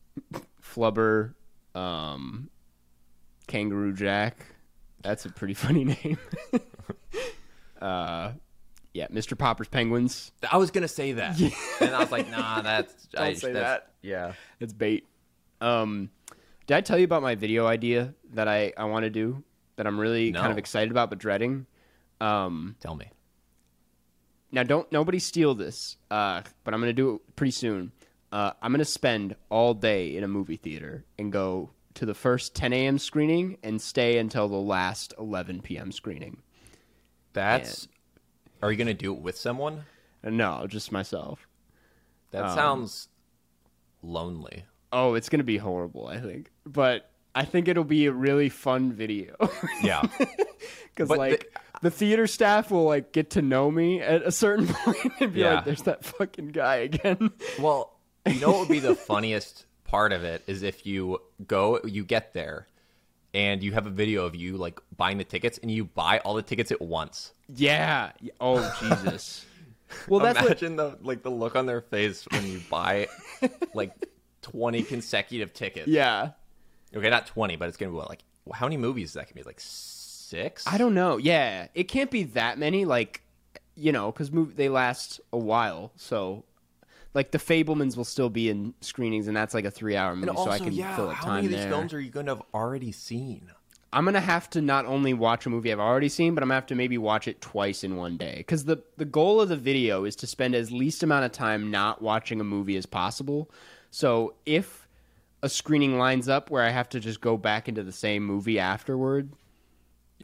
Speaker 1: Flubber, um, Kangaroo Jack. That's a pretty funny name. uh, yeah, Mr. Popper's Penguins.
Speaker 2: I was gonna say that, and I was like, "Nah, that's I,
Speaker 1: Don't say
Speaker 2: that's-
Speaker 1: that.
Speaker 2: Yeah,
Speaker 1: It's bait. Um, did I tell you about my video idea that I, I want to do that I'm really kind
Speaker 2: No.
Speaker 1: of excited about but dreading? Um,
Speaker 2: tell me.
Speaker 1: now don't nobody steal this, uh, but I'm gonna do it pretty soon. Uh, I'm gonna spend all day in a movie theater and go to the first 10 a.m. screening and stay until the last 11 p.m. screening.
Speaker 2: That's. Are you gonna do it with someone?
Speaker 1: No, just myself.
Speaker 2: That sounds lonely.
Speaker 1: Oh, it's gonna be horrible, I think. But I think it'll be a really fun video.
Speaker 2: Yeah.
Speaker 1: because
Speaker 2: But
Speaker 1: like the, theater staff will like get to know me at a certain point and be
Speaker 2: Yeah.
Speaker 1: like, "There's that fucking guy again."
Speaker 2: Well, you know what would be the funniest part of it is if you go, you get there, and you have a video of you like buying the tickets, and you buy all the tickets at once.
Speaker 1: yeah. Oh Jesus. well, that's what.
Speaker 2: Imagine the like the look on their face when you buy like twenty consecutive tickets.
Speaker 1: Yeah.
Speaker 2: Okay, not twenty, but it's gonna be what, like how many movies is that gonna be? Like six?
Speaker 1: I don't know. Yeah, it can't be that many. Like, you know, because mov- they last a while. So, like, the Fablemans will still be in screenings, and that's like a three-hour movie,
Speaker 2: And also,
Speaker 1: so I can
Speaker 2: yeah,
Speaker 1: fill up
Speaker 2: how
Speaker 1: time
Speaker 2: many of these
Speaker 1: there.
Speaker 2: films are you gonna have already seen?
Speaker 1: I'm gonna have to not only watch a movie I've already seen, but I'm gonna have to maybe watch it twice in one day. Because the the goal of the video is to spend as least amount of time not watching a movie as possible. So if a screening lines up where I have to just go back into the same movie afterward,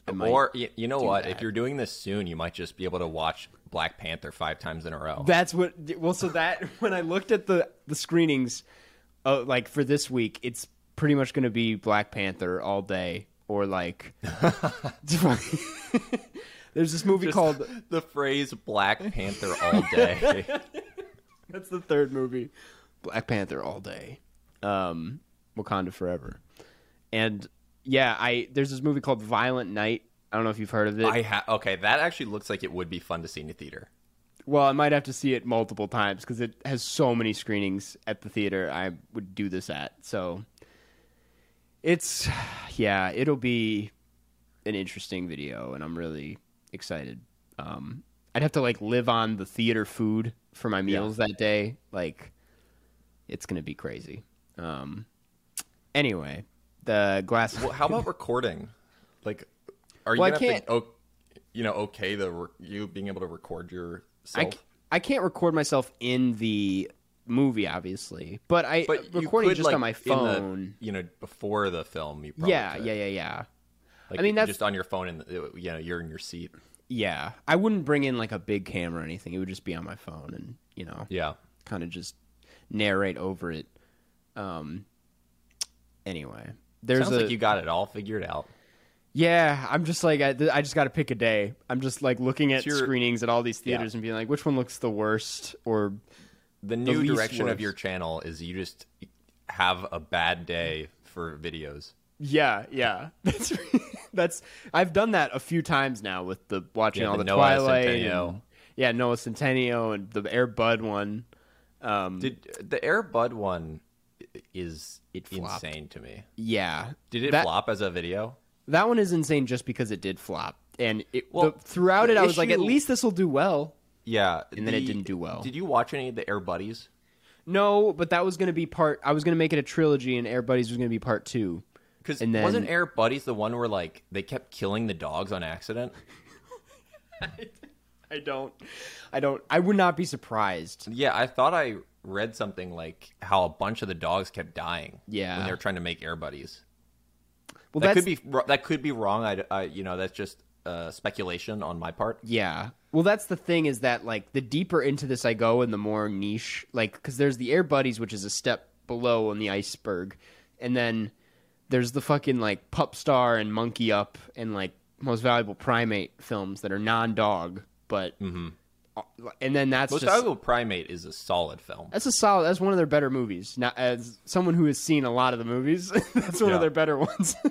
Speaker 1: I might-
Speaker 2: Or you, you know what? If
Speaker 1: that.
Speaker 2: you're doing this soon, you might just be able to watch Black Panther five times in a row.
Speaker 1: That's what. Well, so that when I looked at the the screenings, uh, like for this week, it's pretty much going to be Black Panther all day, or like. There's this movie called.
Speaker 2: the phrase Black Panther all day.
Speaker 1: That's the third movie. Black Panther all day. Um, Wakanda forever. And yeah, I there's this movie called Violent Night. I don't know if you've heard of it.
Speaker 2: I ha- okay, that actually looks like it would be fun to see in a theater.
Speaker 1: Well, I might have to see it multiple times because it has so many screenings at the theater I would do this at. So it's, yeah, it'll be an interesting video, and I'm really excited. Um, I'd have to like live on the theater food for my meals that day. Like, it's gonna be crazy. Um, anyway, the glass.
Speaker 2: Well, how about recording? Like, are you
Speaker 1: Well, I
Speaker 2: gonna have
Speaker 1: can't-
Speaker 2: to, o- you know, okay the re- you being able to record
Speaker 1: I,
Speaker 2: yourself?
Speaker 1: c- I can't record myself in the movie, obviously, but I
Speaker 2: but you
Speaker 1: recording
Speaker 2: could,
Speaker 1: just
Speaker 2: like,
Speaker 1: on my
Speaker 2: in the- Oh,
Speaker 1: phone.
Speaker 2: you know, before the film, you probably
Speaker 1: Yeah,
Speaker 2: could.
Speaker 1: yeah, yeah, yeah.
Speaker 2: Like,
Speaker 1: I mean, that's-
Speaker 2: just on your phone, and uh, you know, you're in your seat.
Speaker 1: Yeah. I wouldn't bring in like a big camera or anything. It would just be on my phone and, you know,
Speaker 2: Yeah,
Speaker 1: kind of just narrate over it. Um anyway, there's
Speaker 2: sounds
Speaker 1: a
Speaker 2: like you got it all figured out.
Speaker 1: Yeah, I'm just like I, th- I just got to pick a day. I'm just like looking at
Speaker 2: It's your-
Speaker 1: screenings at all these theaters and being like which one looks the worst or
Speaker 2: The new
Speaker 1: least
Speaker 2: direction
Speaker 1: worst.
Speaker 2: of your channel is you just have a bad day for videos.
Speaker 1: yeah, yeah. That's that's I've done that a few times now with the watching
Speaker 2: Yeah,
Speaker 1: all
Speaker 2: the
Speaker 1: the,
Speaker 2: Noah
Speaker 1: Twilight
Speaker 2: Centineo.
Speaker 1: and- yeah, Noah Centineo and the Air Bud one. Um
Speaker 2: Did the Air Bud one i- is
Speaker 1: It flopped.
Speaker 2: insane to me?
Speaker 1: yeah.
Speaker 2: Did it
Speaker 1: That-
Speaker 2: flop as a video?
Speaker 1: That one is insane just because it did flop. And it, the,
Speaker 2: Well,
Speaker 1: throughout it,
Speaker 2: the
Speaker 1: I was like, at
Speaker 2: issue-
Speaker 1: least this will do well.
Speaker 2: Yeah,
Speaker 1: And then it didn't do well.
Speaker 2: Did you watch any of the Air Buddies?
Speaker 1: No, but that was going to be part. I was going to make it a trilogy, and Air Buddies was going to be part two.
Speaker 2: Because
Speaker 1: And
Speaker 2: wasn't
Speaker 1: then-
Speaker 2: Air Buddies the one where like they kept killing the dogs on accident?
Speaker 1: I don't. I don't. I would not be surprised.
Speaker 2: Yeah, I thought I read something like how a bunch of the dogs kept dying.
Speaker 1: Yeah.
Speaker 2: when they were trying to make Air Buddies.
Speaker 1: Well,
Speaker 2: that
Speaker 1: that's,
Speaker 2: could be wr- that could be wrong. I, I you know that's just uh, speculation on my part.
Speaker 1: Yeah. Well, that's the thing is that like the deeper into this I go and the more niche, like because there's the Air Buddies, which is a step below on the iceberg, and then there's the fucking like Pup Star and Monkey Up and like Most Valuable Primate films that are non-dog, but and then that's
Speaker 2: Mm-hmm. Most
Speaker 1: just
Speaker 2: Valuable Primate is a solid film.
Speaker 1: that's a solid. That's one of their better movies. Now, as someone who has seen a lot of the movies, that's one
Speaker 2: Yeah.
Speaker 1: of their better ones.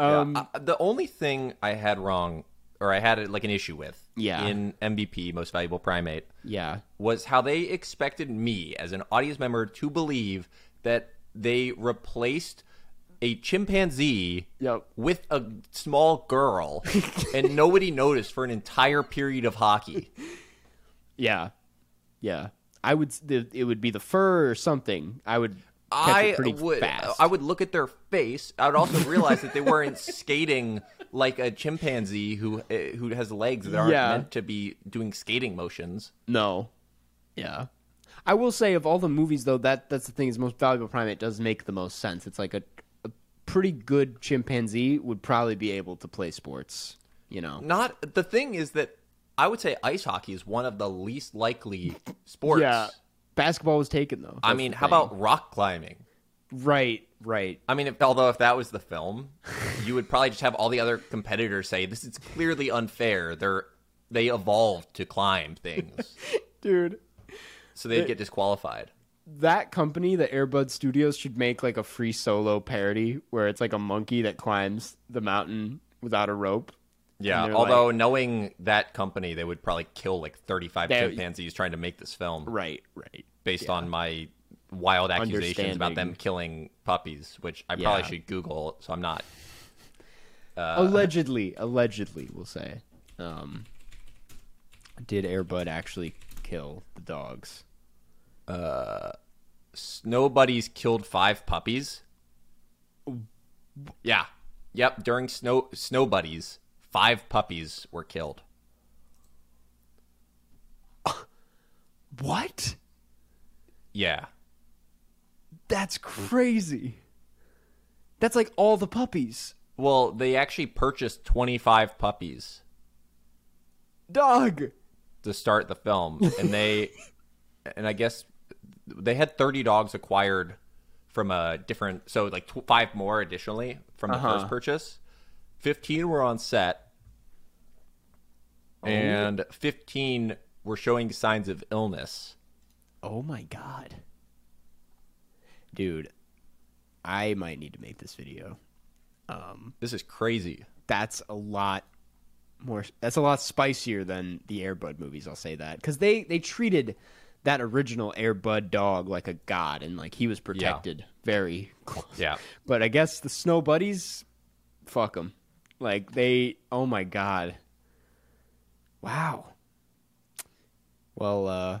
Speaker 2: Yeah,
Speaker 1: Um,
Speaker 2: I- the only thing I had wrong, or I had like an issue with,
Speaker 1: Yeah.
Speaker 2: in MVP Most Valuable Primate,
Speaker 1: yeah.
Speaker 2: was how they expected me as an audience member to believe that they replaced a chimpanzee
Speaker 1: Yep.
Speaker 2: with a small girl, and nobody noticed for an entire period of hockey.
Speaker 1: Yeah, yeah. I would. s- The, it would be the fur or something. I would catch
Speaker 2: I
Speaker 1: it pretty
Speaker 2: would uh,
Speaker 1: fast.
Speaker 2: I would look at their face. I would also realize that they weren't skating like a chimpanzee who eh, who has legs that aren't
Speaker 1: Yeah.
Speaker 2: meant to be doing skating motions.
Speaker 1: No. Yeah. I will say of all the movies though, that that's the thing is most valuable primate does make the most sense. It's like a, a pretty good chimpanzee would probably be able to play sports, you know.
Speaker 2: Not the thing is that I would say ice hockey is one of the least likely sports.
Speaker 1: Basketball was taken though.
Speaker 2: I
Speaker 1: That's
Speaker 2: mean,
Speaker 1: the
Speaker 2: how
Speaker 1: thing.
Speaker 2: about rock climbing?
Speaker 1: Right, right.
Speaker 2: I mean, if, although if that was the film, you would probably just have all the other competitors say, "This is clearly unfair. They're they evolved to climb things,
Speaker 1: Dude,
Speaker 2: so they'd get disqualified."
Speaker 1: that company, the Airbud Studios, should make like a free solo parody where it's like a monkey that climbs the mountain without a rope.
Speaker 2: Yeah.
Speaker 1: And they're
Speaker 2: Although knowing that company, they would probably kill like thirty-five
Speaker 1: They-
Speaker 2: chimpanzees trying to make this film
Speaker 1: Right, right.
Speaker 2: based on my wild accusations about them
Speaker 1: Understanding.
Speaker 2: killing puppies, which I
Speaker 1: Yeah.
Speaker 2: probably should Google, so I'm not.
Speaker 1: Uh, allegedly, allegedly, we'll say. Um, did Airbud actually kill the dogs?
Speaker 2: Snowbuddies killed five puppies. Yeah. Yep. During snow snowbuddies, five puppies were killed.
Speaker 1: What?
Speaker 2: Yeah.
Speaker 1: That's crazy. That's like all the puppies.
Speaker 2: Well, they actually purchased twenty-five puppies.
Speaker 1: Dog.
Speaker 2: to start the film and they and i guess they had 30 dogs acquired from a different so like tw- five more additionally from the
Speaker 1: Uh-huh.
Speaker 2: first purchase 15 were on set
Speaker 1: Oh.
Speaker 2: and 15 were showing signs of illness
Speaker 1: Oh my god. Dude, I might need to make this video.
Speaker 2: this is crazy
Speaker 1: That's a lot more that's a lot spicier than the Airbud movies, I'll say that. Cuz they they treated that original Airbud dog like a god and like he was protected very close.
Speaker 2: yeah
Speaker 1: But I guess the snow buddies, fuck them. Like they, oh my god, wow. Well, uh,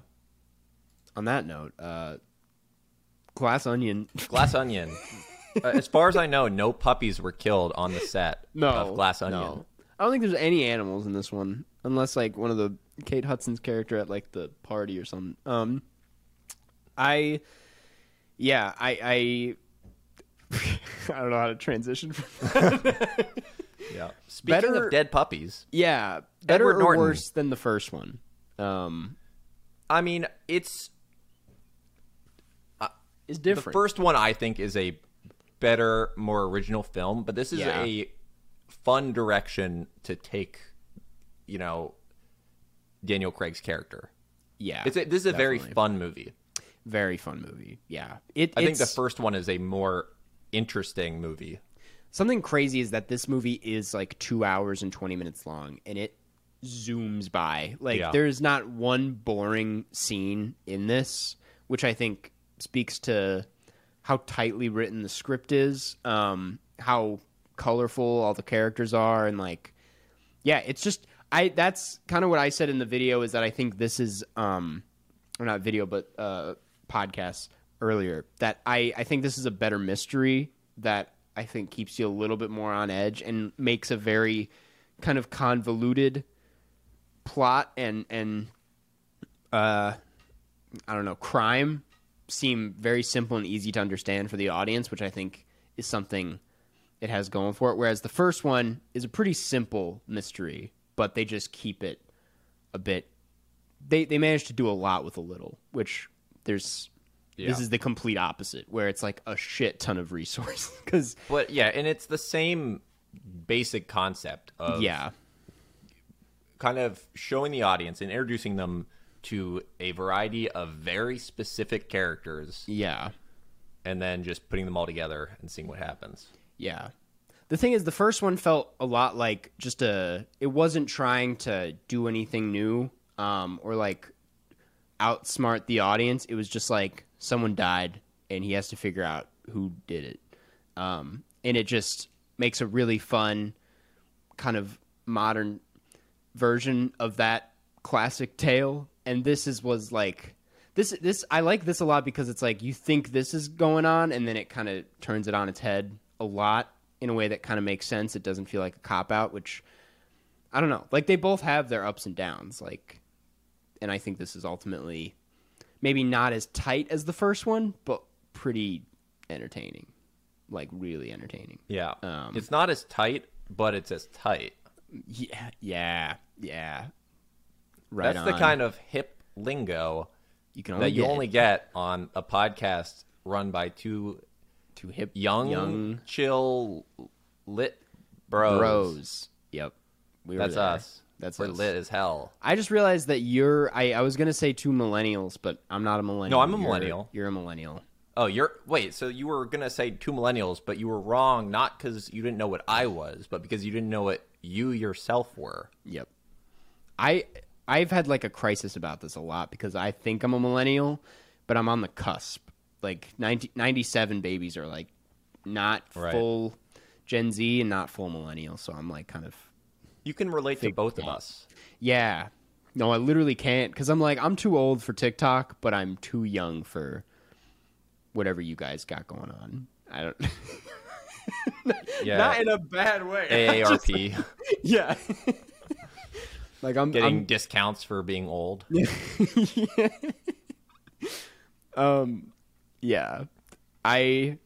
Speaker 1: on that note, uh, glass onion.
Speaker 2: glass onion Uh, as far as i know no puppies were killed on the set
Speaker 1: No,
Speaker 2: of glass onion
Speaker 1: no. I don't think there's any animals in this one, unless like one of the Kate Hudson's character at like the party or something. Um, I, yeah, I, I, I don't know how to transition from
Speaker 2: yeah speaking
Speaker 1: Better-
Speaker 2: of dead puppies
Speaker 1: Yeah, better
Speaker 2: Edward
Speaker 1: or
Speaker 2: Norton.
Speaker 1: worse than the first one. Um,
Speaker 2: i mean it's
Speaker 1: is
Speaker 2: The
Speaker 1: different.
Speaker 2: first one I think is a better, more original film, but this is
Speaker 1: Yeah.
Speaker 2: a fun direction to take, you know, Daniel Craig's character.
Speaker 1: yeah,
Speaker 2: It's a, this is a very
Speaker 1: definitely.
Speaker 2: fun movie.
Speaker 1: very fun movie. Yeah, it.
Speaker 2: I think the
Speaker 1: it's-
Speaker 2: first one is a more interesting movie.
Speaker 1: something crazy is that this movie is like two hours and twenty minutes long, and it zooms by. Like
Speaker 2: Yeah.
Speaker 1: there is not one boring scene in this, which I think speaks to how tightly written the script is, um, how colorful all the characters are, and like yeah it's just i that's kind of what i said in the video is that i think this is um or not video but uh podcast earlier that i i think this is a better mystery that i think keeps you a little bit more on edge and makes a very kind of convoluted plot and and I don't know, crime seem very simple and easy to understand for the audience, which I think is something it has going for it. Whereas the first one is a pretty simple mystery, but they just keep it a bit. They they manage to do a lot with a little, which there's. This
Speaker 2: Yeah.
Speaker 1: is the complete opposite, where it's like a shit ton of resource because
Speaker 2: But yeah, and it's the same basic concept of
Speaker 1: yeah,
Speaker 2: kind of showing the audience and introducing them to a variety of very specific characters
Speaker 1: yeah.
Speaker 2: and then just putting them all together and seeing what happens.
Speaker 1: Yeah. The thing is, the first one felt a lot like just a. It wasn't trying to do anything new um, or like outsmart the audience. It was just like someone died and he has to figure out who did it. Um, and it just makes a really fun kind of modern version of that classic tale. And this is was like This this I like this a lot because it's like you think this is going on and then it kind of turns it on its head a lot in a way that kind of makes sense. It doesn't feel like a cop out, which I don't know. Like they both have their ups and downs, like and I think this is ultimately maybe not as tight as the first one, but pretty entertaining. Like really entertaining.
Speaker 2: Yeah.
Speaker 1: Um,
Speaker 2: it's not as tight, but it's as tight.
Speaker 1: Yeah, yeah, yeah. Right
Speaker 2: That's
Speaker 1: on. Oh,
Speaker 2: the kind of hip lingo
Speaker 1: you can only
Speaker 2: that you
Speaker 1: get
Speaker 2: only get on a podcast run by two
Speaker 1: two hip
Speaker 2: young,
Speaker 1: young
Speaker 2: chill, lit bros.
Speaker 1: bros. Yep, we were
Speaker 2: That's
Speaker 1: there.
Speaker 2: us.
Speaker 1: That's
Speaker 2: We're
Speaker 1: us.
Speaker 2: lit as hell.
Speaker 1: I just realized that you're. I, I was gonna say two millennials, but I'm not a millennial.
Speaker 2: No, I'm a
Speaker 1: You're-
Speaker 2: millennial.
Speaker 1: You're, a millennial.
Speaker 2: Oh, you're wait. So you were gonna say two millennials, but you were wrong. Not because you didn't know what I was, but because you didn't know what you yourself were.
Speaker 1: Yep. I I've had like a crisis about this a lot because I think I'm a millennial, but I'm on the cusp. Like 90, 97 babies are like not
Speaker 2: Right.
Speaker 1: full Gen Z and not full millennial, so I'm like kind of
Speaker 2: You can relate to both of us.
Speaker 1: Yeah. No, I literally can't because I'm like, I'm too old for TikTok, but I'm too young for whatever you guys got going on. I don't.
Speaker 2: Yeah.
Speaker 1: in a bad way.
Speaker 2: AARP
Speaker 1: yeah. like I'm
Speaker 2: getting
Speaker 1: I'm-
Speaker 2: discounts for being old.
Speaker 1: um yeah i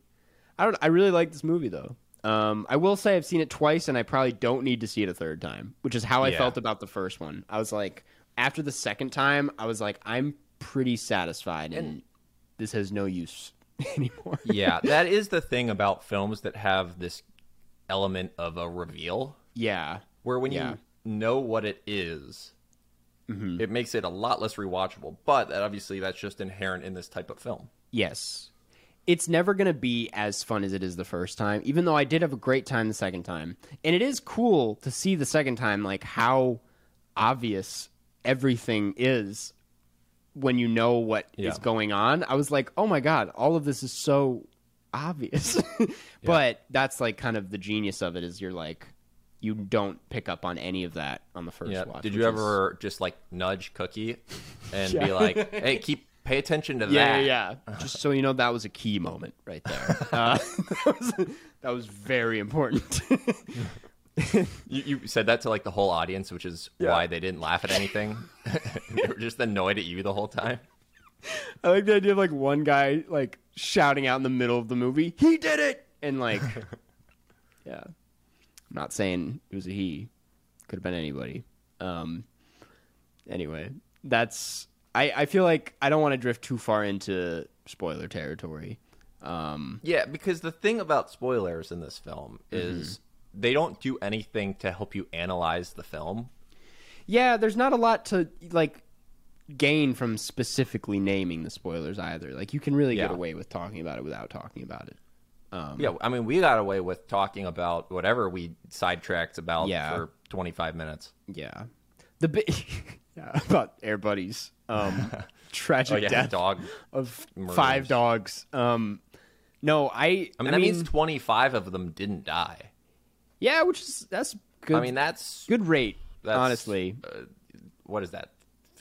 Speaker 1: i don't i really like this movie though um i will say i've seen it twice and i probably don't need to see it a third time which is how i
Speaker 2: Yeah.
Speaker 1: felt about the first one i was like after the second time i was like i'm pretty satisfied and, this has no use anymore
Speaker 2: yeah, that is the thing about films that have this element of a reveal,
Speaker 1: yeah
Speaker 2: where when
Speaker 1: Yeah. Mm-hmm.
Speaker 2: you know what it is, it makes it a lot less rewatchable. But that obviously, that's just inherent in this type of film.
Speaker 1: yes it's never going to be as fun as it is the first time even though i did have a great time the second time and it is cool to see the second time like how obvious everything is when you know what is
Speaker 2: Yeah.
Speaker 1: going on i was like oh my god all of this is so obvious but that's like kind of the genius of it is you're like you don't pick up on any of that on the first
Speaker 2: Yeah.
Speaker 1: watch which
Speaker 2: Did you
Speaker 1: is-
Speaker 2: ever just like nudge Cookie and
Speaker 1: Yeah.
Speaker 2: be like, "Hey, keep pay attention to
Speaker 1: Yeah,
Speaker 2: that"?
Speaker 1: yeah. yeah. Just so you know, that was a key moment right there. Uh, that, was, that was very important.
Speaker 2: You, you said that to like the whole audience, which is why they didn't laugh at anything. they were just annoyed at you the whole time.
Speaker 1: I like the idea of like one guy like shouting out in the middle of the movie, "He did it!" and like, yeah. I'm not saying it was a he. Could have been anybody. Um. Anyway, that's. I I feel like I don't want to drift too far into spoiler territory. Um.
Speaker 2: Yeah, because the thing about spoilers in this film
Speaker 1: Mm-hmm.
Speaker 2: is they don't do anything to help you analyze the film.
Speaker 1: Yeah, there's not a lot to like gain from specifically naming the spoilers either. Like you can really get
Speaker 2: Yeah.
Speaker 1: away with talking about it without talking about it. Um,
Speaker 2: Yeah, I mean, we got away with talking about whatever we sidetracked about
Speaker 1: Yeah.
Speaker 2: for 25 minutes.
Speaker 1: Yeah. The big yeah, about Air Buddies. Um tragic
Speaker 2: Oh, yeah,
Speaker 1: death
Speaker 2: dog.
Speaker 1: of
Speaker 2: murders.
Speaker 1: five dogs. Um no, I
Speaker 2: I mean, that means 25 of them didn't die.
Speaker 1: yeah, which is that's good.
Speaker 2: I mean, that's
Speaker 1: good rate,
Speaker 2: that's-
Speaker 1: honestly.
Speaker 2: what is that?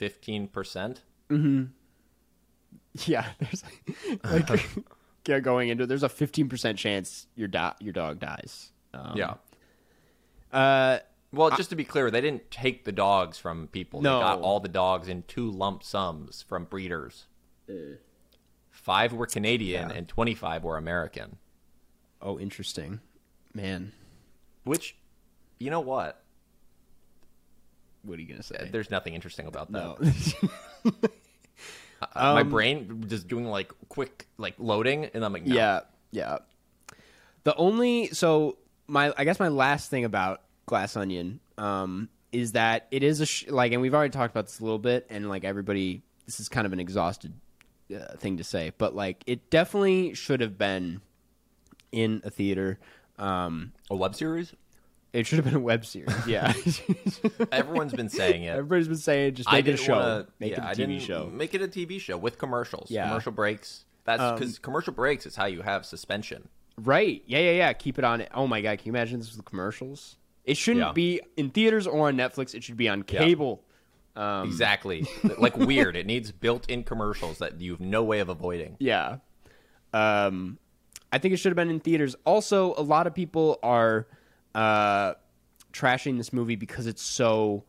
Speaker 2: 15%?
Speaker 1: Yeah, there's like yeah, going into it, there's a 15% chance your do- your dog dies. Um,
Speaker 2: yeah.
Speaker 1: Uh
Speaker 2: Well, just to be clear, they didn't take the dogs from people.
Speaker 1: No.
Speaker 2: They got all the dogs in two lump sums from breeders.
Speaker 1: Eh.
Speaker 2: Five were Canadian and 25 were American.
Speaker 1: Oh, interesting. Man,
Speaker 2: Which, you know what?
Speaker 1: what are you going to say?
Speaker 2: There's nothing interesting about that.
Speaker 1: No. Um,
Speaker 2: Uh, My brain just doing like quick like loading, and I'm like, no.
Speaker 1: yeah, yeah. The only so my I guess my last thing about Glass Onion um is that it is a sh- like and we've already talked about this a little bit and like everybody this is kind of an exhausted uh, thing to say, but like it definitely should have been in a theater. Um
Speaker 2: a web series.
Speaker 1: it should have been a web series. Yeah.
Speaker 2: Everyone's been saying it.
Speaker 1: Everybody's been saying just
Speaker 2: I
Speaker 1: make it a
Speaker 2: didn't
Speaker 1: show.
Speaker 2: wanna-
Speaker 1: make
Speaker 2: yeah, I
Speaker 1: it a TV
Speaker 2: didn't-
Speaker 1: show.
Speaker 2: Make it a TV show with commercials.
Speaker 1: Yeah. Um,
Speaker 2: commercial breaks. That's because commercial breaks is how you have suspension.
Speaker 1: Right. Yeah, yeah, yeah. Keep it on it. Oh my god, can you imagine this with commercials? It shouldn't
Speaker 2: Yeah.
Speaker 1: be in theaters or on Netflix. It should be on
Speaker 2: Yeah.
Speaker 1: cable. Um,
Speaker 2: Exactly. like weird. It needs built-in commercials that you have no way of avoiding.
Speaker 1: Yeah. Um, I think it should have been in theaters. Also, a lot of people are uh, trashing this movie because it's so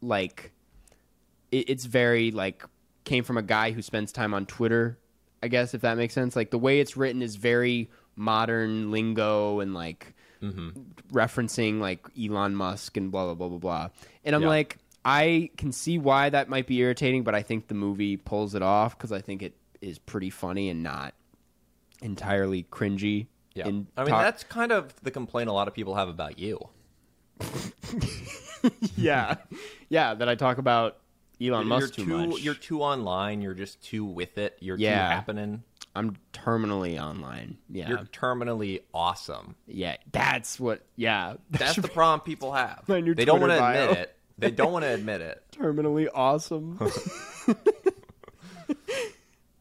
Speaker 1: like it, it's very like came from a guy who spends time on Twitter. I guess if that makes sense. Like the way it's written is very modern lingo and like
Speaker 2: Mm-hmm.
Speaker 1: referencing like Elon Musk and blah blah blah blah blah. And I'm
Speaker 2: Yeah.
Speaker 1: like, I can see why that might be irritating, but I think the movie pulls it off because I think it is pretty funny and not entirely cringy.
Speaker 2: Yeah.
Speaker 1: and
Speaker 2: I mean,
Speaker 1: talk-
Speaker 2: that's kind of the complaint a lot of people have about you.
Speaker 1: yeah, yeah. That I talk about Elon
Speaker 2: you're
Speaker 1: Musk too, much.
Speaker 2: You're too online. You're just too with it. You're
Speaker 1: Yeah.
Speaker 2: too happening.
Speaker 1: I'm terminally online. Yeah,
Speaker 2: You're terminally awesome.
Speaker 1: yeah. That's what. Yeah,
Speaker 2: That's the problem people have.
Speaker 1: My new
Speaker 2: they don't
Speaker 1: Twitter
Speaker 2: want to
Speaker 1: bio.
Speaker 2: admit it. They don't want to admit it.
Speaker 1: terminally awesome.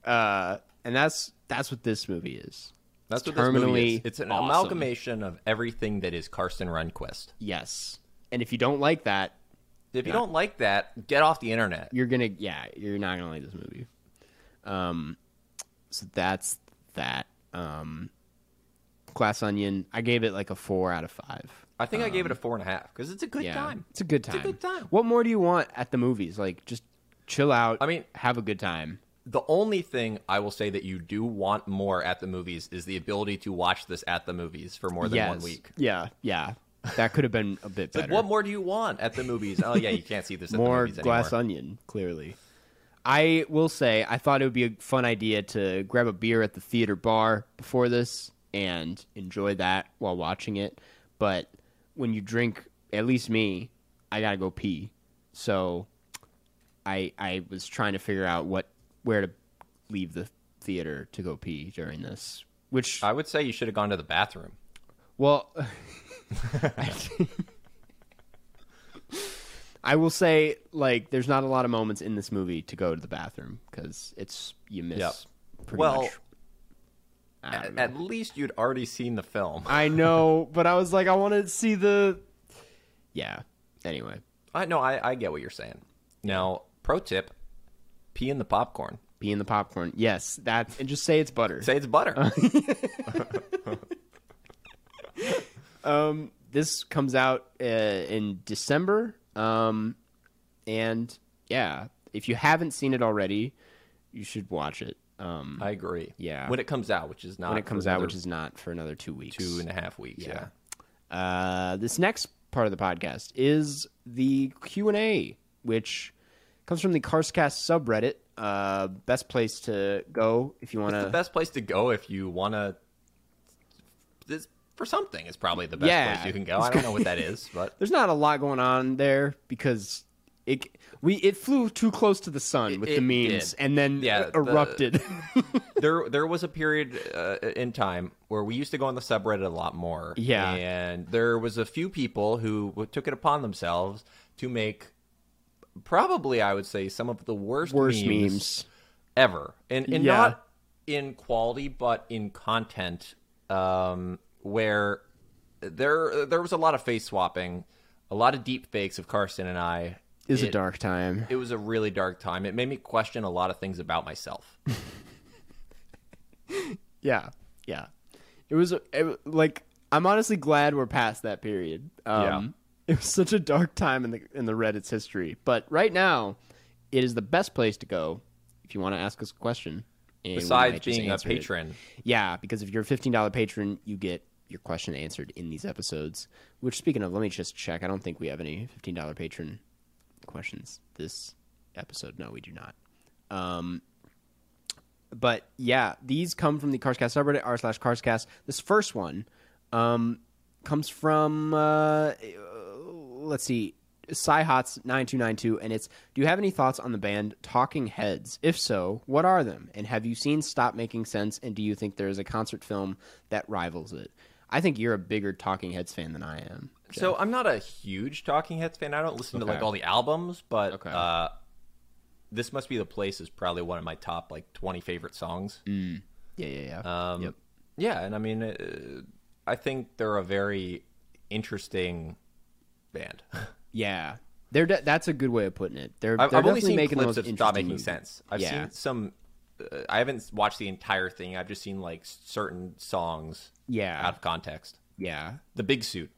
Speaker 1: uh, and that's that's what this movie is.
Speaker 2: That's what this
Speaker 1: Terminally
Speaker 2: movie is. It's an
Speaker 1: awesome.
Speaker 2: amalgamation of everything that is Karsten Runquist.
Speaker 1: Yes. And if you don't like that,
Speaker 2: If you
Speaker 1: Yeah.
Speaker 2: don't like that, get off the internet.
Speaker 1: you're gonna yeah, you're not gonna like this movie. Um, so that's that. Um, Glass Onion. I gave it like a four out of five.
Speaker 2: I think I gave it a four and a half because it's a good
Speaker 1: Um, Yeah,
Speaker 2: time.
Speaker 1: it's a good time.
Speaker 2: It's a good time.
Speaker 1: What more do you want at the movies? Like just chill out.
Speaker 2: I mean-
Speaker 1: have a good time.
Speaker 2: The only thing I will say that you do want more at the movies is the ability to watch this at the movies for more than
Speaker 1: yes.
Speaker 2: one week.
Speaker 1: Yeah. Yeah. That could have been a bit
Speaker 2: It's
Speaker 1: better.
Speaker 2: like, what more do you want at the movies? Oh yeah, you can't see this at the
Speaker 1: more
Speaker 2: movies
Speaker 1: glass
Speaker 2: anymore.
Speaker 1: onion clearly i will say i thought it would be a fun idea to grab a beer at the theater bar before this and enjoy that while watching it but when you drink at least me i gotta go pee so i i was trying to figure out what where to leave the theater to go pee during this which
Speaker 2: I would say you should have gone to the bathroom.
Speaker 1: well, I will say, like, there's not a lot of moments in this movie to go to the bathroom because it's you miss
Speaker 2: Yep.
Speaker 1: pretty
Speaker 2: well,
Speaker 1: much. I,
Speaker 2: a-
Speaker 1: don't
Speaker 2: at,
Speaker 1: know.
Speaker 2: least you'd already seen the film.
Speaker 1: I know, but I was like, I want to see the. Yeah. Anyway,
Speaker 2: I know. I, I get what you're saying. Now, pro tip: pee in the popcorn.
Speaker 1: pee in the popcorn. Yes, that's and just say it's butter.
Speaker 2: Say it's butter.
Speaker 1: Um, this comes out uh, in December. Um, and yeah, if you haven't seen it already, you should watch it. Um,
Speaker 2: I agree.
Speaker 1: Yeah.
Speaker 2: When it comes out, which is not
Speaker 1: when it
Speaker 2: for
Speaker 1: comes out,
Speaker 2: another
Speaker 1: which is not for another two weeks.
Speaker 2: two and a half weeks. Yeah.
Speaker 1: Uh, this next part of the podcast is the Q and A, which comes from the Carscast subreddit. Uh, best place to go if you want
Speaker 2: It's the
Speaker 1: to.
Speaker 2: best place to go if you want to. This for something is probably the best
Speaker 1: Yeah.
Speaker 2: place you can go. I don't know what that is, but
Speaker 1: There's not a lot going on there because it we it flew too close to the sun with
Speaker 2: it
Speaker 1: the memes
Speaker 2: did.
Speaker 1: and then
Speaker 2: Yeah, the-
Speaker 1: erupted.
Speaker 2: there there was a period uh, in time where we used to go on the subreddit a lot more.
Speaker 1: Yeah.
Speaker 2: and there was a few people who w- took it upon themselves to make probably I would say some of the worst
Speaker 1: Worst
Speaker 2: memes,
Speaker 1: memes.
Speaker 2: ever, and and
Speaker 1: Yeah.
Speaker 2: not in quality but in content, um, where there there was a lot of face swapping, a lot of deep fakes of Carson and I.
Speaker 1: It's a
Speaker 2: It-
Speaker 1: dark time.
Speaker 2: It was a really dark time. It made me question a lot of things about myself.
Speaker 1: Yeah, yeah. It was it, like I'm honestly glad we're past that period. Um, It was such a dark time in the in the Reddit's history, but right now, it is the best place to go if you want to ask us a question. and we
Speaker 2: Besides
Speaker 1: might just
Speaker 2: being a
Speaker 1: answer it.
Speaker 2: patron.
Speaker 1: yeah, because if you're a fifteen dollar patron, you get your question answered in these episodes. Which, speaking of, let me just check. I don't think we have any fifteen dollar patron questions this episode. No, we do not. Um, but yeah, these come from the Carscast subreddit r slash Carscast. This first one um, comes from uh, uh, let's see, Cyhots nine two nine two, and it's do you have any thoughts on the band Talking Heads? If so, what are them? And have you seen Stop Making Sense? And do you think there is a concert film that rivals it? I think you're a bigger Talking Heads fan than I am.
Speaker 2: So I'm not a huge Talking Heads fan. I don't listen to like
Speaker 1: Okay.
Speaker 2: all the albums, but
Speaker 1: Okay.
Speaker 2: uh, this must be the place is probably one of my top like 20 favorite songs.
Speaker 1: Yeah, yeah, yeah.
Speaker 2: Um,
Speaker 1: Yep.
Speaker 2: Yeah, and I mean, uh, I think they're a very interesting band.
Speaker 1: Yeah, They're de- that's a good way of putting it. They're,
Speaker 2: I've,
Speaker 1: they're
Speaker 2: I've only
Speaker 1: definitely
Speaker 2: seen
Speaker 1: making
Speaker 2: clips
Speaker 1: the most
Speaker 2: of
Speaker 1: interesting
Speaker 2: Stop Making
Speaker 1: movies.
Speaker 2: Sense. I've
Speaker 1: Yeah.
Speaker 2: seen some. Uh, I haven't watched the entire thing. I've just seen like certain songs
Speaker 1: Yeah,
Speaker 2: out of context.
Speaker 1: yeah.
Speaker 2: The big suit.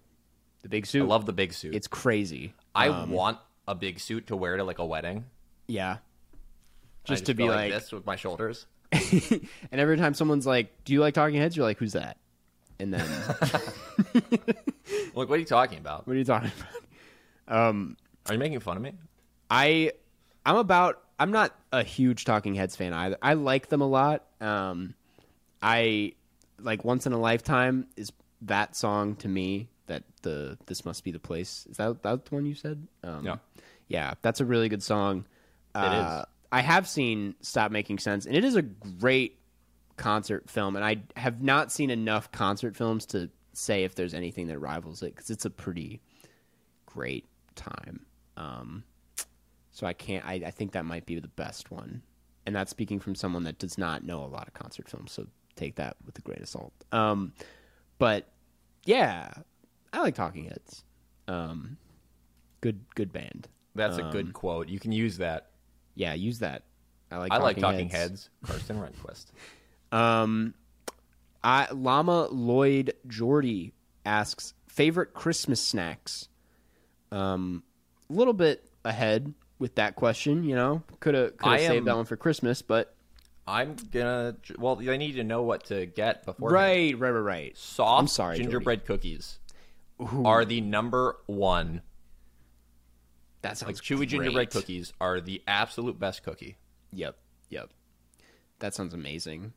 Speaker 1: The big suit.
Speaker 2: I love the big suit.
Speaker 1: It's um, crazy.
Speaker 2: I want a big suit to wear to like a wedding.
Speaker 1: Yeah.
Speaker 2: I
Speaker 1: Just to be
Speaker 2: go
Speaker 1: like,
Speaker 2: this with my shoulders.
Speaker 1: and every time someone's like, "Do you like Talking Heads?" You're like, "Who's that?" And then,
Speaker 2: Like, what are you talking about?
Speaker 1: what are you talking about?
Speaker 2: Are you making fun of me?
Speaker 1: I I'm about I'm not a huge Talking Heads fan either. I like them a lot. Um I like Once in a Lifetime is that song to me that the this must be the place. Is that that the one you said? Um
Speaker 2: Yeah.
Speaker 1: Yeah, that's a really good song. It is.
Speaker 2: is.
Speaker 1: Uh, I have seen Stop Making Sense and it is a great concert film and I have not seen enough concert films to say if there's anything that rivals it cuz it's a pretty great time. Um, so I can't. I, I think that might be the best one, and that's speaking from someone that does not know a lot of concert films. So take that with a grain of salt. Um, but yeah, I like Talking Heads. Um, good, good band.
Speaker 2: That's a
Speaker 1: Um,
Speaker 2: good quote. You can use that.
Speaker 1: Yeah, use that. I like.
Speaker 2: I
Speaker 1: Talking
Speaker 2: like Talking
Speaker 1: Heads.
Speaker 2: Heads. Carson Renquist.
Speaker 1: I, Llama Lloyd Jordy asks favorite Christmas snacks. Um, a little bit ahead with that question. You know, could have could
Speaker 2: I
Speaker 1: have saved
Speaker 2: am-
Speaker 1: that one for Christmas, but
Speaker 2: I'm gonna. Well, I need to know what to get before.
Speaker 1: right, right, right, right.
Speaker 2: Soft
Speaker 1: I'm sorry,
Speaker 2: gingerbread cookies are the number one.
Speaker 1: That sounds
Speaker 2: Like chewy
Speaker 1: great.
Speaker 2: gingerbread cookies are the absolute best cookie.
Speaker 1: Yep, yep. That sounds amazing.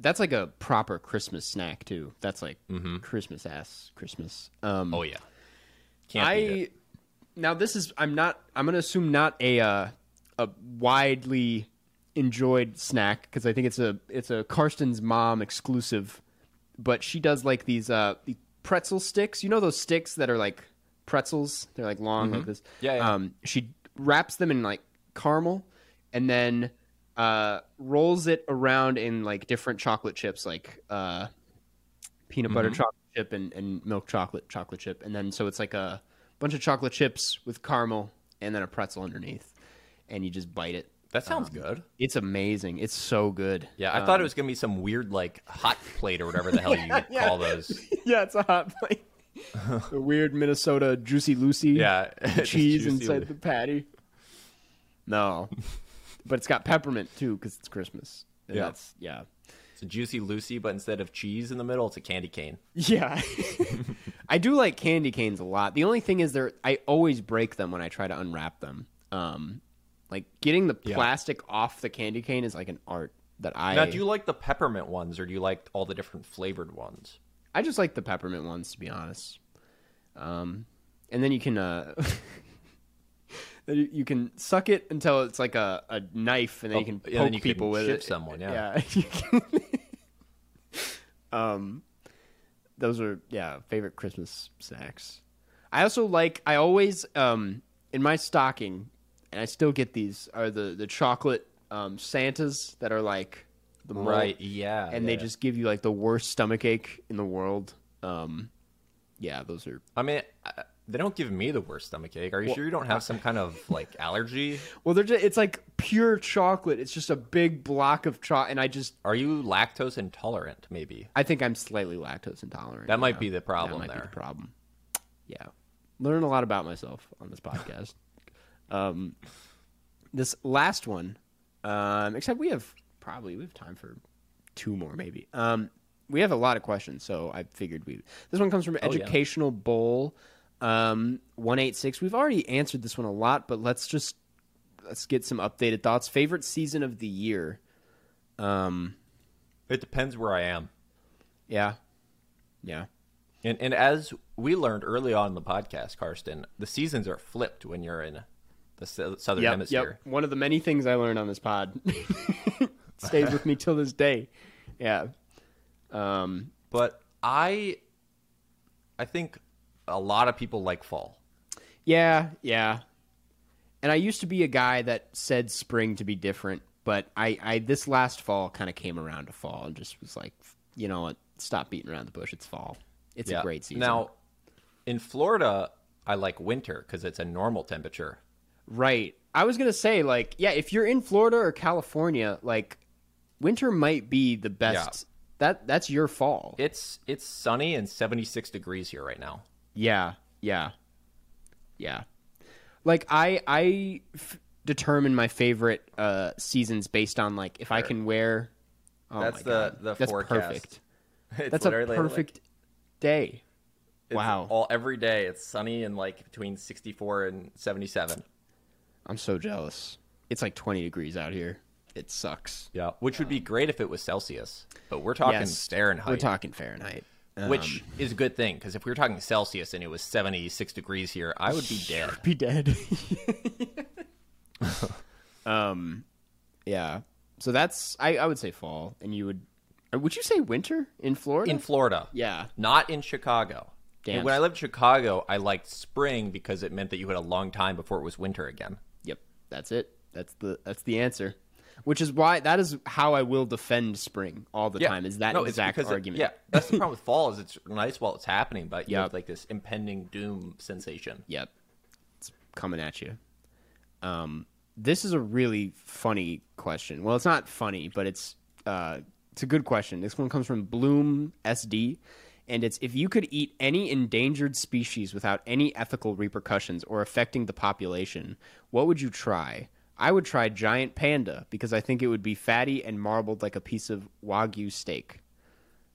Speaker 1: That's like a proper Christmas snack too. That's like
Speaker 2: Mm-hmm.
Speaker 1: Christmas ass Christmas. Um,
Speaker 2: Oh yeah, can't beat it.
Speaker 1: I now this is I'm not I'm gonna assume not a uh, a widely enjoyed snack because I think it's a it's a Karsten's mom exclusive, but she does like these uh the pretzel sticks. You know those sticks that are like pretzels? They're like long like this.
Speaker 2: Mm-hmm. Yeah, yeah.
Speaker 1: Um, she wraps them in like caramel and then uh rolls it around in like different chocolate chips like uh peanut butter
Speaker 2: Mm-hmm.
Speaker 1: chocolate chip and, and milk chocolate chocolate chip and then so it's like a bunch of chocolate chips with caramel and then a pretzel underneath and you just bite it
Speaker 2: That sounds good.
Speaker 1: it's amazing it's so good Uh,
Speaker 2: Yeah, I thought it was gonna be some weird like hot plate or whatever the hell you
Speaker 1: um, yeah.
Speaker 2: call those.
Speaker 1: yeah it's a hot plate the weird minnesota juicy lucy
Speaker 2: Yeah, just
Speaker 1: cheese
Speaker 2: juicy
Speaker 1: inside
Speaker 2: li-
Speaker 1: the patty no but it's got peppermint too because it's christmas And
Speaker 2: Yeah.
Speaker 1: that's yeah
Speaker 2: It's a juicy Lucy, but instead of cheese in the middle, it's a candy cane.
Speaker 1: Yeah. I do like candy canes a lot. The only thing is they're I always break them when I try to unwrap them. Um like getting the
Speaker 2: Yeah.
Speaker 1: plastic off the candy cane is like an art that I
Speaker 2: Now, do you like the peppermint ones, or do you like all the different flavored ones?
Speaker 1: I just like the peppermint ones to be honest. Um and then you can uh then you- you can suck it until it's like a, a knife and then you can poke
Speaker 2: and Oh, then you can
Speaker 1: people with
Speaker 2: chip
Speaker 1: it.
Speaker 2: someone, yeah.
Speaker 1: You can- um those are yeah, favorite Christmas snacks. I also like I always um in my stocking and I still get these are the the chocolate um Santas that are like the mold-
Speaker 2: Right. Yeah.
Speaker 1: and they
Speaker 2: yeah.
Speaker 1: just give you like the worst stomach ache in the world. Um, yeah, those are
Speaker 2: I mean, I- they don't give me the worst stomach ache. Are you sure you don't have some kind of like allergy?
Speaker 1: well, they're just, it's like pure chocolate. It's just a big block of chocolate, and I just
Speaker 2: Are you lactose intolerant? Maybe
Speaker 1: I think I'm slightly lactose intolerant.
Speaker 2: that might
Speaker 1: yeah.
Speaker 2: be the problem
Speaker 1: that might
Speaker 2: there.
Speaker 1: Be the problem. Yeah, learn a lot about myself on this podcast. um, this last one, um, except we have probably we have time for two more, maybe. Um, we have a lot of questions, so I figured we. This one comes from
Speaker 2: Oh, yeah.
Speaker 1: Educational Bowl, um, one eight six. We've already answered this one a lot, but let's just let's get some updated thoughts. Favorite season of the year?
Speaker 2: It depends where I am.
Speaker 1: Yeah, yeah.
Speaker 2: And and as we learned early on in the podcast, Karsten, the seasons are flipped when you're in the sou- southern hemisphere.
Speaker 1: One of the many things I learned on this pod stays with me till this day. Yeah. Um,
Speaker 2: But I I think a lot of people like fall.
Speaker 1: yeah, yeah. And I used to be a guy that said spring to be different, but I, I this last fall kind of came around to fall and just was like, you know what? Stop beating around the bush. It's fall. It's a great season.
Speaker 2: Now, in Florida, I like winter because it's a normal temperature.
Speaker 1: Right. I was gonna say like yeah, if you're in Florida or California, like winter might be the best. That that's your fall.
Speaker 2: It's it's sunny and 76 degrees here right now.
Speaker 1: Yeah, yeah, yeah. Like I, I f- determine my favorite uh seasons based on like if I
Speaker 2: Sure.
Speaker 1: can wear. Oh
Speaker 2: That's
Speaker 1: my
Speaker 2: the-
Speaker 1: God.
Speaker 2: the
Speaker 1: That's
Speaker 2: forecast.
Speaker 1: perfect.
Speaker 2: It's
Speaker 1: That's a
Speaker 2: literally, like,
Speaker 1: perfect day.
Speaker 2: it's
Speaker 1: wow.
Speaker 2: All every day it's sunny and like between 64 and 77.
Speaker 1: I'm so jealous. It's like 20 degrees out here. It sucks.
Speaker 2: Yeah, which would be great if it was Celsius, but we're talking
Speaker 1: Yes.
Speaker 2: Fahrenheit. Uh-huh.
Speaker 1: We're um, talking Fahrenheit.
Speaker 2: which is a good thing because if we were talking Celsius and it was 76 degrees here, I would be dead.
Speaker 1: be dead. um, yeah. So that's I, I would say fall, and you would or would you say winter in Florida?
Speaker 2: In Florida.
Speaker 1: yeah,
Speaker 2: Not in Chicago.
Speaker 1: Damn.
Speaker 2: And when I lived in Chicago, I liked spring because it meant that you had a long time before it was winter again.
Speaker 1: yep. That's it. That's the that's the answer. Which is why that is how I will defend spring all the time. Is that
Speaker 2: No, it's
Speaker 1: exact
Speaker 2: because it-
Speaker 1: argument?
Speaker 2: yeah, that's the problem with fall is it's nice while it's happening, but you
Speaker 1: Yeah.
Speaker 2: have like this impending doom sensation.
Speaker 1: Yep. It's coming at you. Um, this is a really funny question. Well, it's not funny, but it's uh, it's a good question. This one comes from Bloom SD, and it's if you could eat any endangered species without any ethical repercussions or affecting the population, what would you try? I would try giant panda because I think it would be fatty and marbled like a piece of wagyu steak.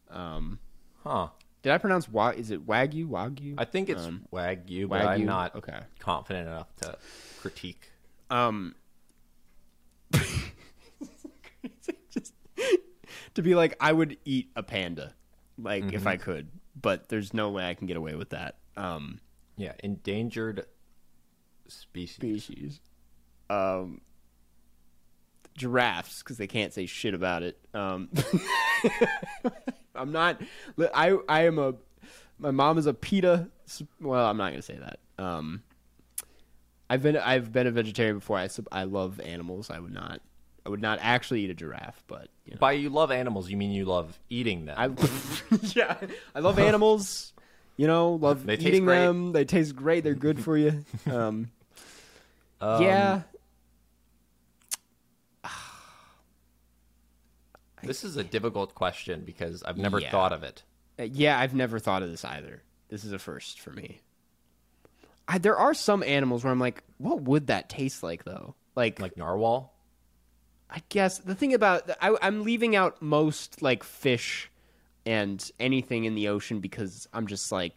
Speaker 2: Huh.
Speaker 1: Did I pronounce wa? Is it wagyu? Wagyu?
Speaker 2: I think it's Wagyu, but I'm
Speaker 1: Um, Wagyu,
Speaker 2: not
Speaker 1: okay.
Speaker 2: confident enough to critique.
Speaker 1: just to be like I would eat a panda like if I could, but there's no way I can get away with that. Um
Speaker 2: Yeah, endangered species.
Speaker 1: species. Um giraffes cuz they can't say shit about it. Um I'm not li- I I am a my mom is a PETA s- well, I'm not going to say that. Um I've been I've been a vegetarian before. I sub- I love animals. I would not I would not actually eat a giraffe, but you know.
Speaker 2: By you love animals, you mean you love eating them.
Speaker 1: I yeah, I love animals. You know, love
Speaker 2: They taste
Speaker 1: eating
Speaker 2: great.
Speaker 1: them. They taste great. They're good for you. Um,
Speaker 2: Um,
Speaker 1: yeah,
Speaker 2: This is a difficult question because I've never
Speaker 1: Yeah.
Speaker 2: thought of it.
Speaker 1: Uh, yeah. I've never thought of this either. This is a first for me. I, there are some animals where I'm like, what would that taste like though? Like,
Speaker 2: Like narwhal?
Speaker 1: I guess the thing about I, I'm leaving out most like fish and anything in the ocean because I'm just like,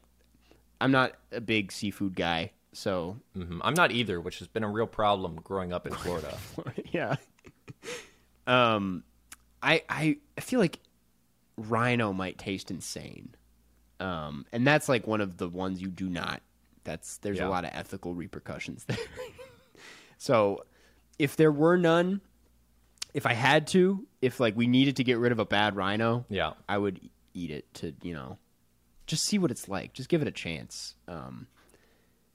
Speaker 1: I'm not a big seafood guy. So
Speaker 2: hmm I'm not either, which has been a real problem growing up in Florida.
Speaker 1: yeah. Um, I I I feel like rhino might taste insane. Um, and that's like one of the ones you do not. That's there's
Speaker 2: Yeah.
Speaker 1: a lot of ethical repercussions there. so, if there were none, if I had to, if like we needed to get rid of a bad rhino,
Speaker 2: yeah.
Speaker 1: I would eat it to you know, just see what it's like. Just give it a chance. Um,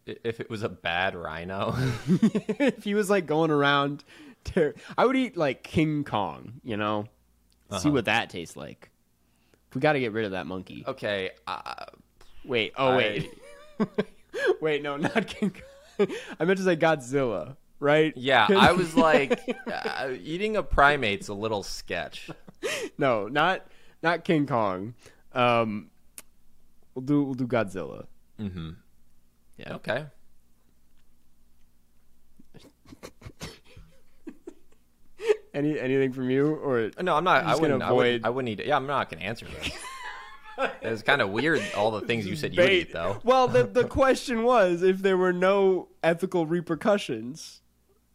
Speaker 2: I- If it was a bad rhino,
Speaker 1: if he was like going around, ter- I would eat like King Kong, you know,
Speaker 2: Uh-huh.
Speaker 1: see what that tastes like. We got to get rid of that monkey.
Speaker 2: okay. Uh,
Speaker 1: Wait, oh wait, wait, no, not King. Kong. I meant to say Godzilla, right?
Speaker 2: yeah, I was like, uh, eating a primate's a little sketch.
Speaker 1: no, not not King Kong. Um, we'll do we'll do Godzilla.
Speaker 2: Mm-hmm. Okay.
Speaker 1: Any anything from you or
Speaker 2: No, I'm not. I
Speaker 1: just gonna
Speaker 2: wouldn't, I wouldn't.
Speaker 1: avoid-
Speaker 2: I wouldn't eat it. Yeah, I'm not going to answer that. it was kind of weird. All the things you said you would
Speaker 1: bait?
Speaker 2: eat, though.
Speaker 1: Well, the the question was if there were no ethical repercussions,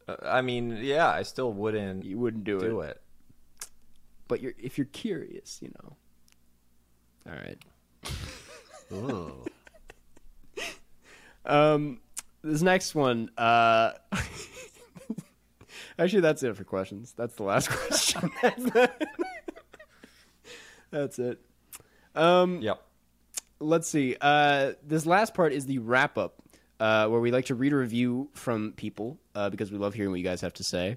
Speaker 2: Uh, I mean, yeah, I still wouldn't
Speaker 1: you wouldn't do,
Speaker 2: do it.
Speaker 1: but you're if you're curious, you know. All right.
Speaker 2: Ooh.
Speaker 1: Um, this next one. Uh, actually, that's it for questions. That's the last question. that's it. Mm.
Speaker 2: Yep.
Speaker 1: Let's see. Uh, this last part is the wrap up, uh, where we like to read a review from people uh, because we love hearing what you guys have to say.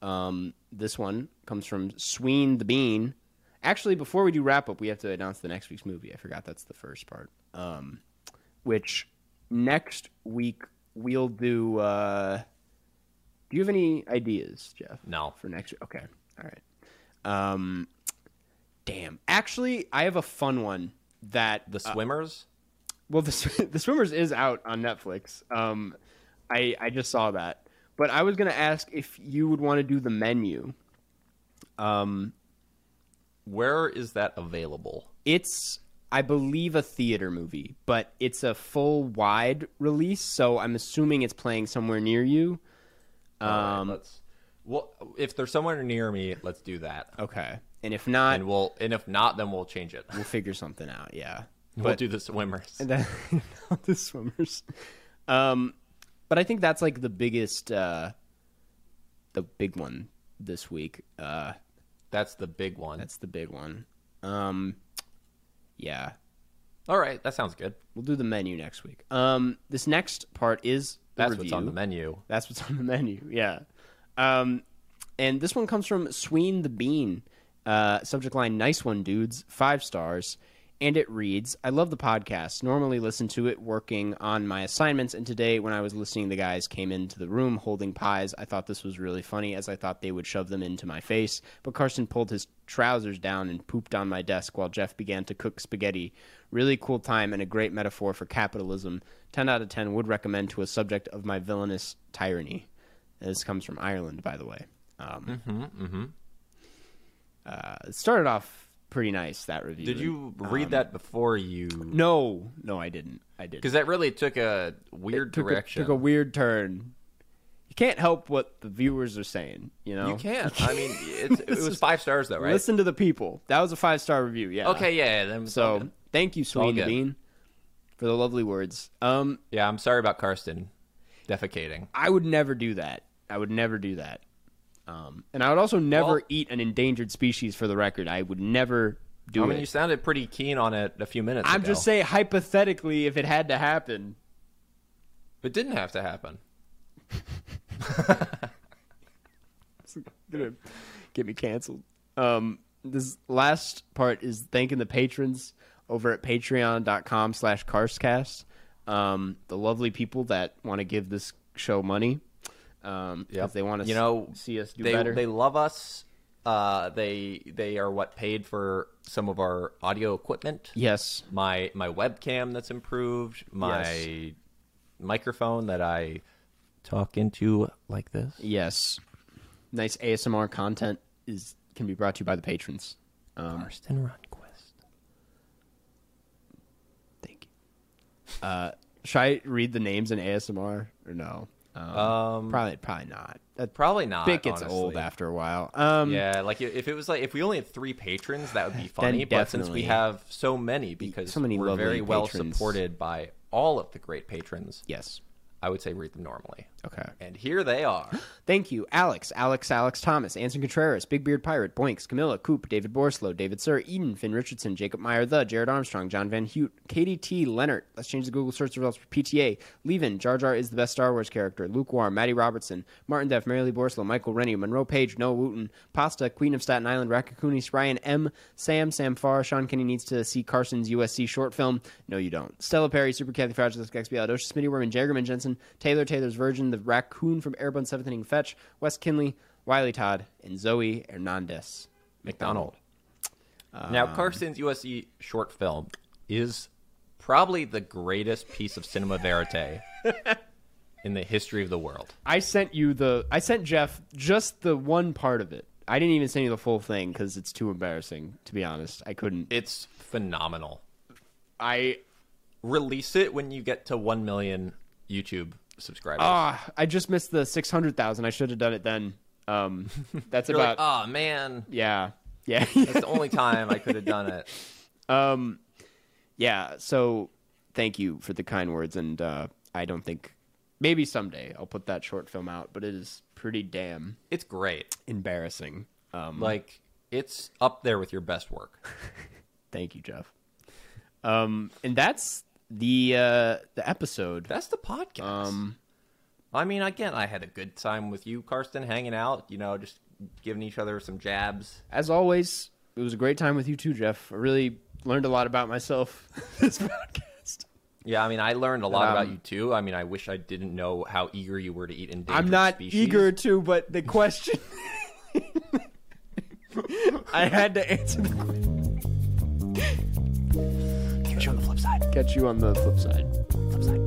Speaker 1: Um, this one comes from Sween the Bean. Actually, before we do wrap up, we have to announce the next week's movie. I forgot that's the first part, um, which next week we'll do. Uh, do you have any ideas, Jeff?
Speaker 2: No.
Speaker 1: for next year. Okay, all right. Um, damn. Actually, I have a fun one that
Speaker 2: The swimmers?
Speaker 1: well, the, Sw- the Swimmers is out on Netflix. Um, I I just saw that, but I was gonna ask if you would want to do the menu. Um,
Speaker 2: Where is that available?
Speaker 1: it's I believe a theater movie, but it's a full wide release, so I'm assuming it's playing somewhere near you.
Speaker 2: All right,
Speaker 1: Um,
Speaker 2: let's. Well, if they're somewhere near me, let's do that.
Speaker 1: okay, and if not,
Speaker 2: And we'll, and if not, then we'll change it.
Speaker 1: we'll figure something out. Yeah,
Speaker 2: we'll do the swimmers.
Speaker 1: And then not the swimmers. Um, but I think that's like the biggest, uh, the big one this week. Uh,
Speaker 2: That's the big one.
Speaker 1: that's the big one. Um, yeah,
Speaker 2: All right, that sounds good.
Speaker 1: we'll do the menu next week. Um, this next part is the
Speaker 2: That's
Speaker 1: review.
Speaker 2: what's on the menu.
Speaker 1: That's what's on the menu. Yeah. Um, and this one comes from Sween the Bean. Uh, subject line: Nice one, dudes. Five stars. And it reads: I love the podcast. Normally listen to it working on my assignments, and today when I was listening, the guys came into the room holding pies. I thought this was really funny, as I thought they would shove them into my face. But Carson pulled his trousers down and pooped on my desk while Jeff began to cook spaghetti. Really cool time and a great metaphor for capitalism. 10 out of 10 would recommend to a subject of my villainous tyranny. And this comes from Ireland, by the way. Um,
Speaker 2: Mm-hmm,
Speaker 1: uh, it started off pretty nice, that review.
Speaker 2: Did you read that before you?
Speaker 1: No, no, I didn't. I didn't.
Speaker 2: Because that really took a weird
Speaker 1: Took a-
Speaker 2: direction.
Speaker 1: took a weird turn. You can't help what the viewers are saying, you know?
Speaker 2: you can't. I mean, it's, it was five stars though, right?
Speaker 1: Listen to the people. That was a five star review, yeah.
Speaker 2: Okay, yeah. yeah, Then
Speaker 1: So
Speaker 2: so
Speaker 1: thank you, Sweeney
Speaker 2: good.
Speaker 1: Bean, for the lovely words. Um,
Speaker 2: yeah, I'm sorry about Karsten defecating.
Speaker 1: I would never do that. I would never do that. Um, and I would also never
Speaker 2: Well-
Speaker 1: eat an endangered species. For the record, I would never do
Speaker 2: I
Speaker 1: it.
Speaker 2: mean, you sounded pretty keen on it a few minutes
Speaker 1: I'm
Speaker 2: ago.
Speaker 1: just saying hypothetically, if it had to happen,
Speaker 2: It didn't have to happen.
Speaker 1: it's gonna get me canceled. Um, this last part is thanking the patrons over at patreon.com slash carscast um, the lovely people that want to give this show money um, if they want to
Speaker 2: You know,
Speaker 1: see us do
Speaker 2: they,
Speaker 1: better
Speaker 2: They love us. Uh, they they are what paid for some of our audio equipment.
Speaker 1: yes
Speaker 2: My my webcam that's improved. My microphone that I talk into like this.
Speaker 1: Yes. Nice ASMR content is can be brought to you by the patrons. Um,
Speaker 2: Karsten Runquist.
Speaker 1: Thank you. Uh, should I read the names in ASMR or no? Um,
Speaker 2: Um,
Speaker 1: probably probably not. That
Speaker 2: probably not.
Speaker 1: bit gets
Speaker 2: honestly.
Speaker 1: old after a while. Um,
Speaker 2: Yeah, like if it was like if we only had three patrons, that would be funny. But since
Speaker 1: definitely.
Speaker 2: we have so many, because
Speaker 1: So many
Speaker 2: we're
Speaker 1: lovely
Speaker 2: very well
Speaker 1: patrons.
Speaker 2: supported by all of the great patrons,
Speaker 1: Yes.
Speaker 2: I would say read them normally.
Speaker 1: Okay.
Speaker 2: And here they are.
Speaker 1: Thank you, Alex, Alex, Alex Thomas, Anson Contreras, Big Beard Pirate, Boinks, Camilla, Coop, David Borslow, David Sir, Eden, Finn Richardson, Jacob Meyer, The, Jared Armstrong, John Van Hute, Katie T, Leonard. Let's change the Google search results for PTA. Levin, Jar Jar is the best Star Wars character. Lukewarm, Maddie Robertson, Martin Def, Mary Lee Borslow, Michael Rennie, Monroe Page, Noah Wooten, Pasta, Queen of Staten Island, Rakakuni, Ryan M, Sam, Sam Farr, Sean Kenny needs to see Carson's USC short film. No, you don't. Stella Perry, Super Kathy Fragile, XBL, Dosha Smitty, Worman, Jagerman, Jensen, Taylor, Taylor's Virgin, The Raccoon from Airborne Seventh Inning Fetch, Wes Kinley, Wiley Todd, and Zoe Hernandez.
Speaker 2: McDonald.
Speaker 1: Um,
Speaker 2: now, Carson's USC short film is probably the greatest piece of cinema verite in the history of the world.
Speaker 1: I sent you the. I sent Jeff just the one part of it. I didn't even send you the full thing because it's too embarrassing. To be honest, I couldn't.
Speaker 2: It's phenomenal.
Speaker 1: I
Speaker 2: Release it when you get to 1 million YouTube subscribers.
Speaker 1: ah, I just missed the six hundred thousand. I should have done it then. Um, that's
Speaker 2: You're
Speaker 1: about.
Speaker 2: like, oh, man.
Speaker 1: yeah, yeah,
Speaker 2: That's the only time I could have done it.
Speaker 1: yeah. So, thank you for the kind words, and uh, I don't think maybe someday I'll put that short film out, but it is pretty damn
Speaker 2: It's great.
Speaker 1: embarrassing. Um,
Speaker 2: Like, it's up there with your best work.
Speaker 1: thank you, Jeff. Um, and that's the uh the episode.
Speaker 2: That's the podcast.
Speaker 1: Um,
Speaker 2: I mean, again, I had a good time with you, Karsten, hanging out, you know, just giving each other some jabs.
Speaker 1: as always, it was a great time with you too, Jeff. I really learned a lot about myself this podcast.
Speaker 2: Yeah, I mean, I learned a lot
Speaker 1: Um,
Speaker 2: about you too. I mean, I wish I didn't know how eager you were to eat endangered
Speaker 1: I'm not
Speaker 2: species.
Speaker 1: eager to, but the question. I had to answer the question.
Speaker 2: Catch you on the flip side.
Speaker 1: Catch you on the flip side.
Speaker 2: Flip side.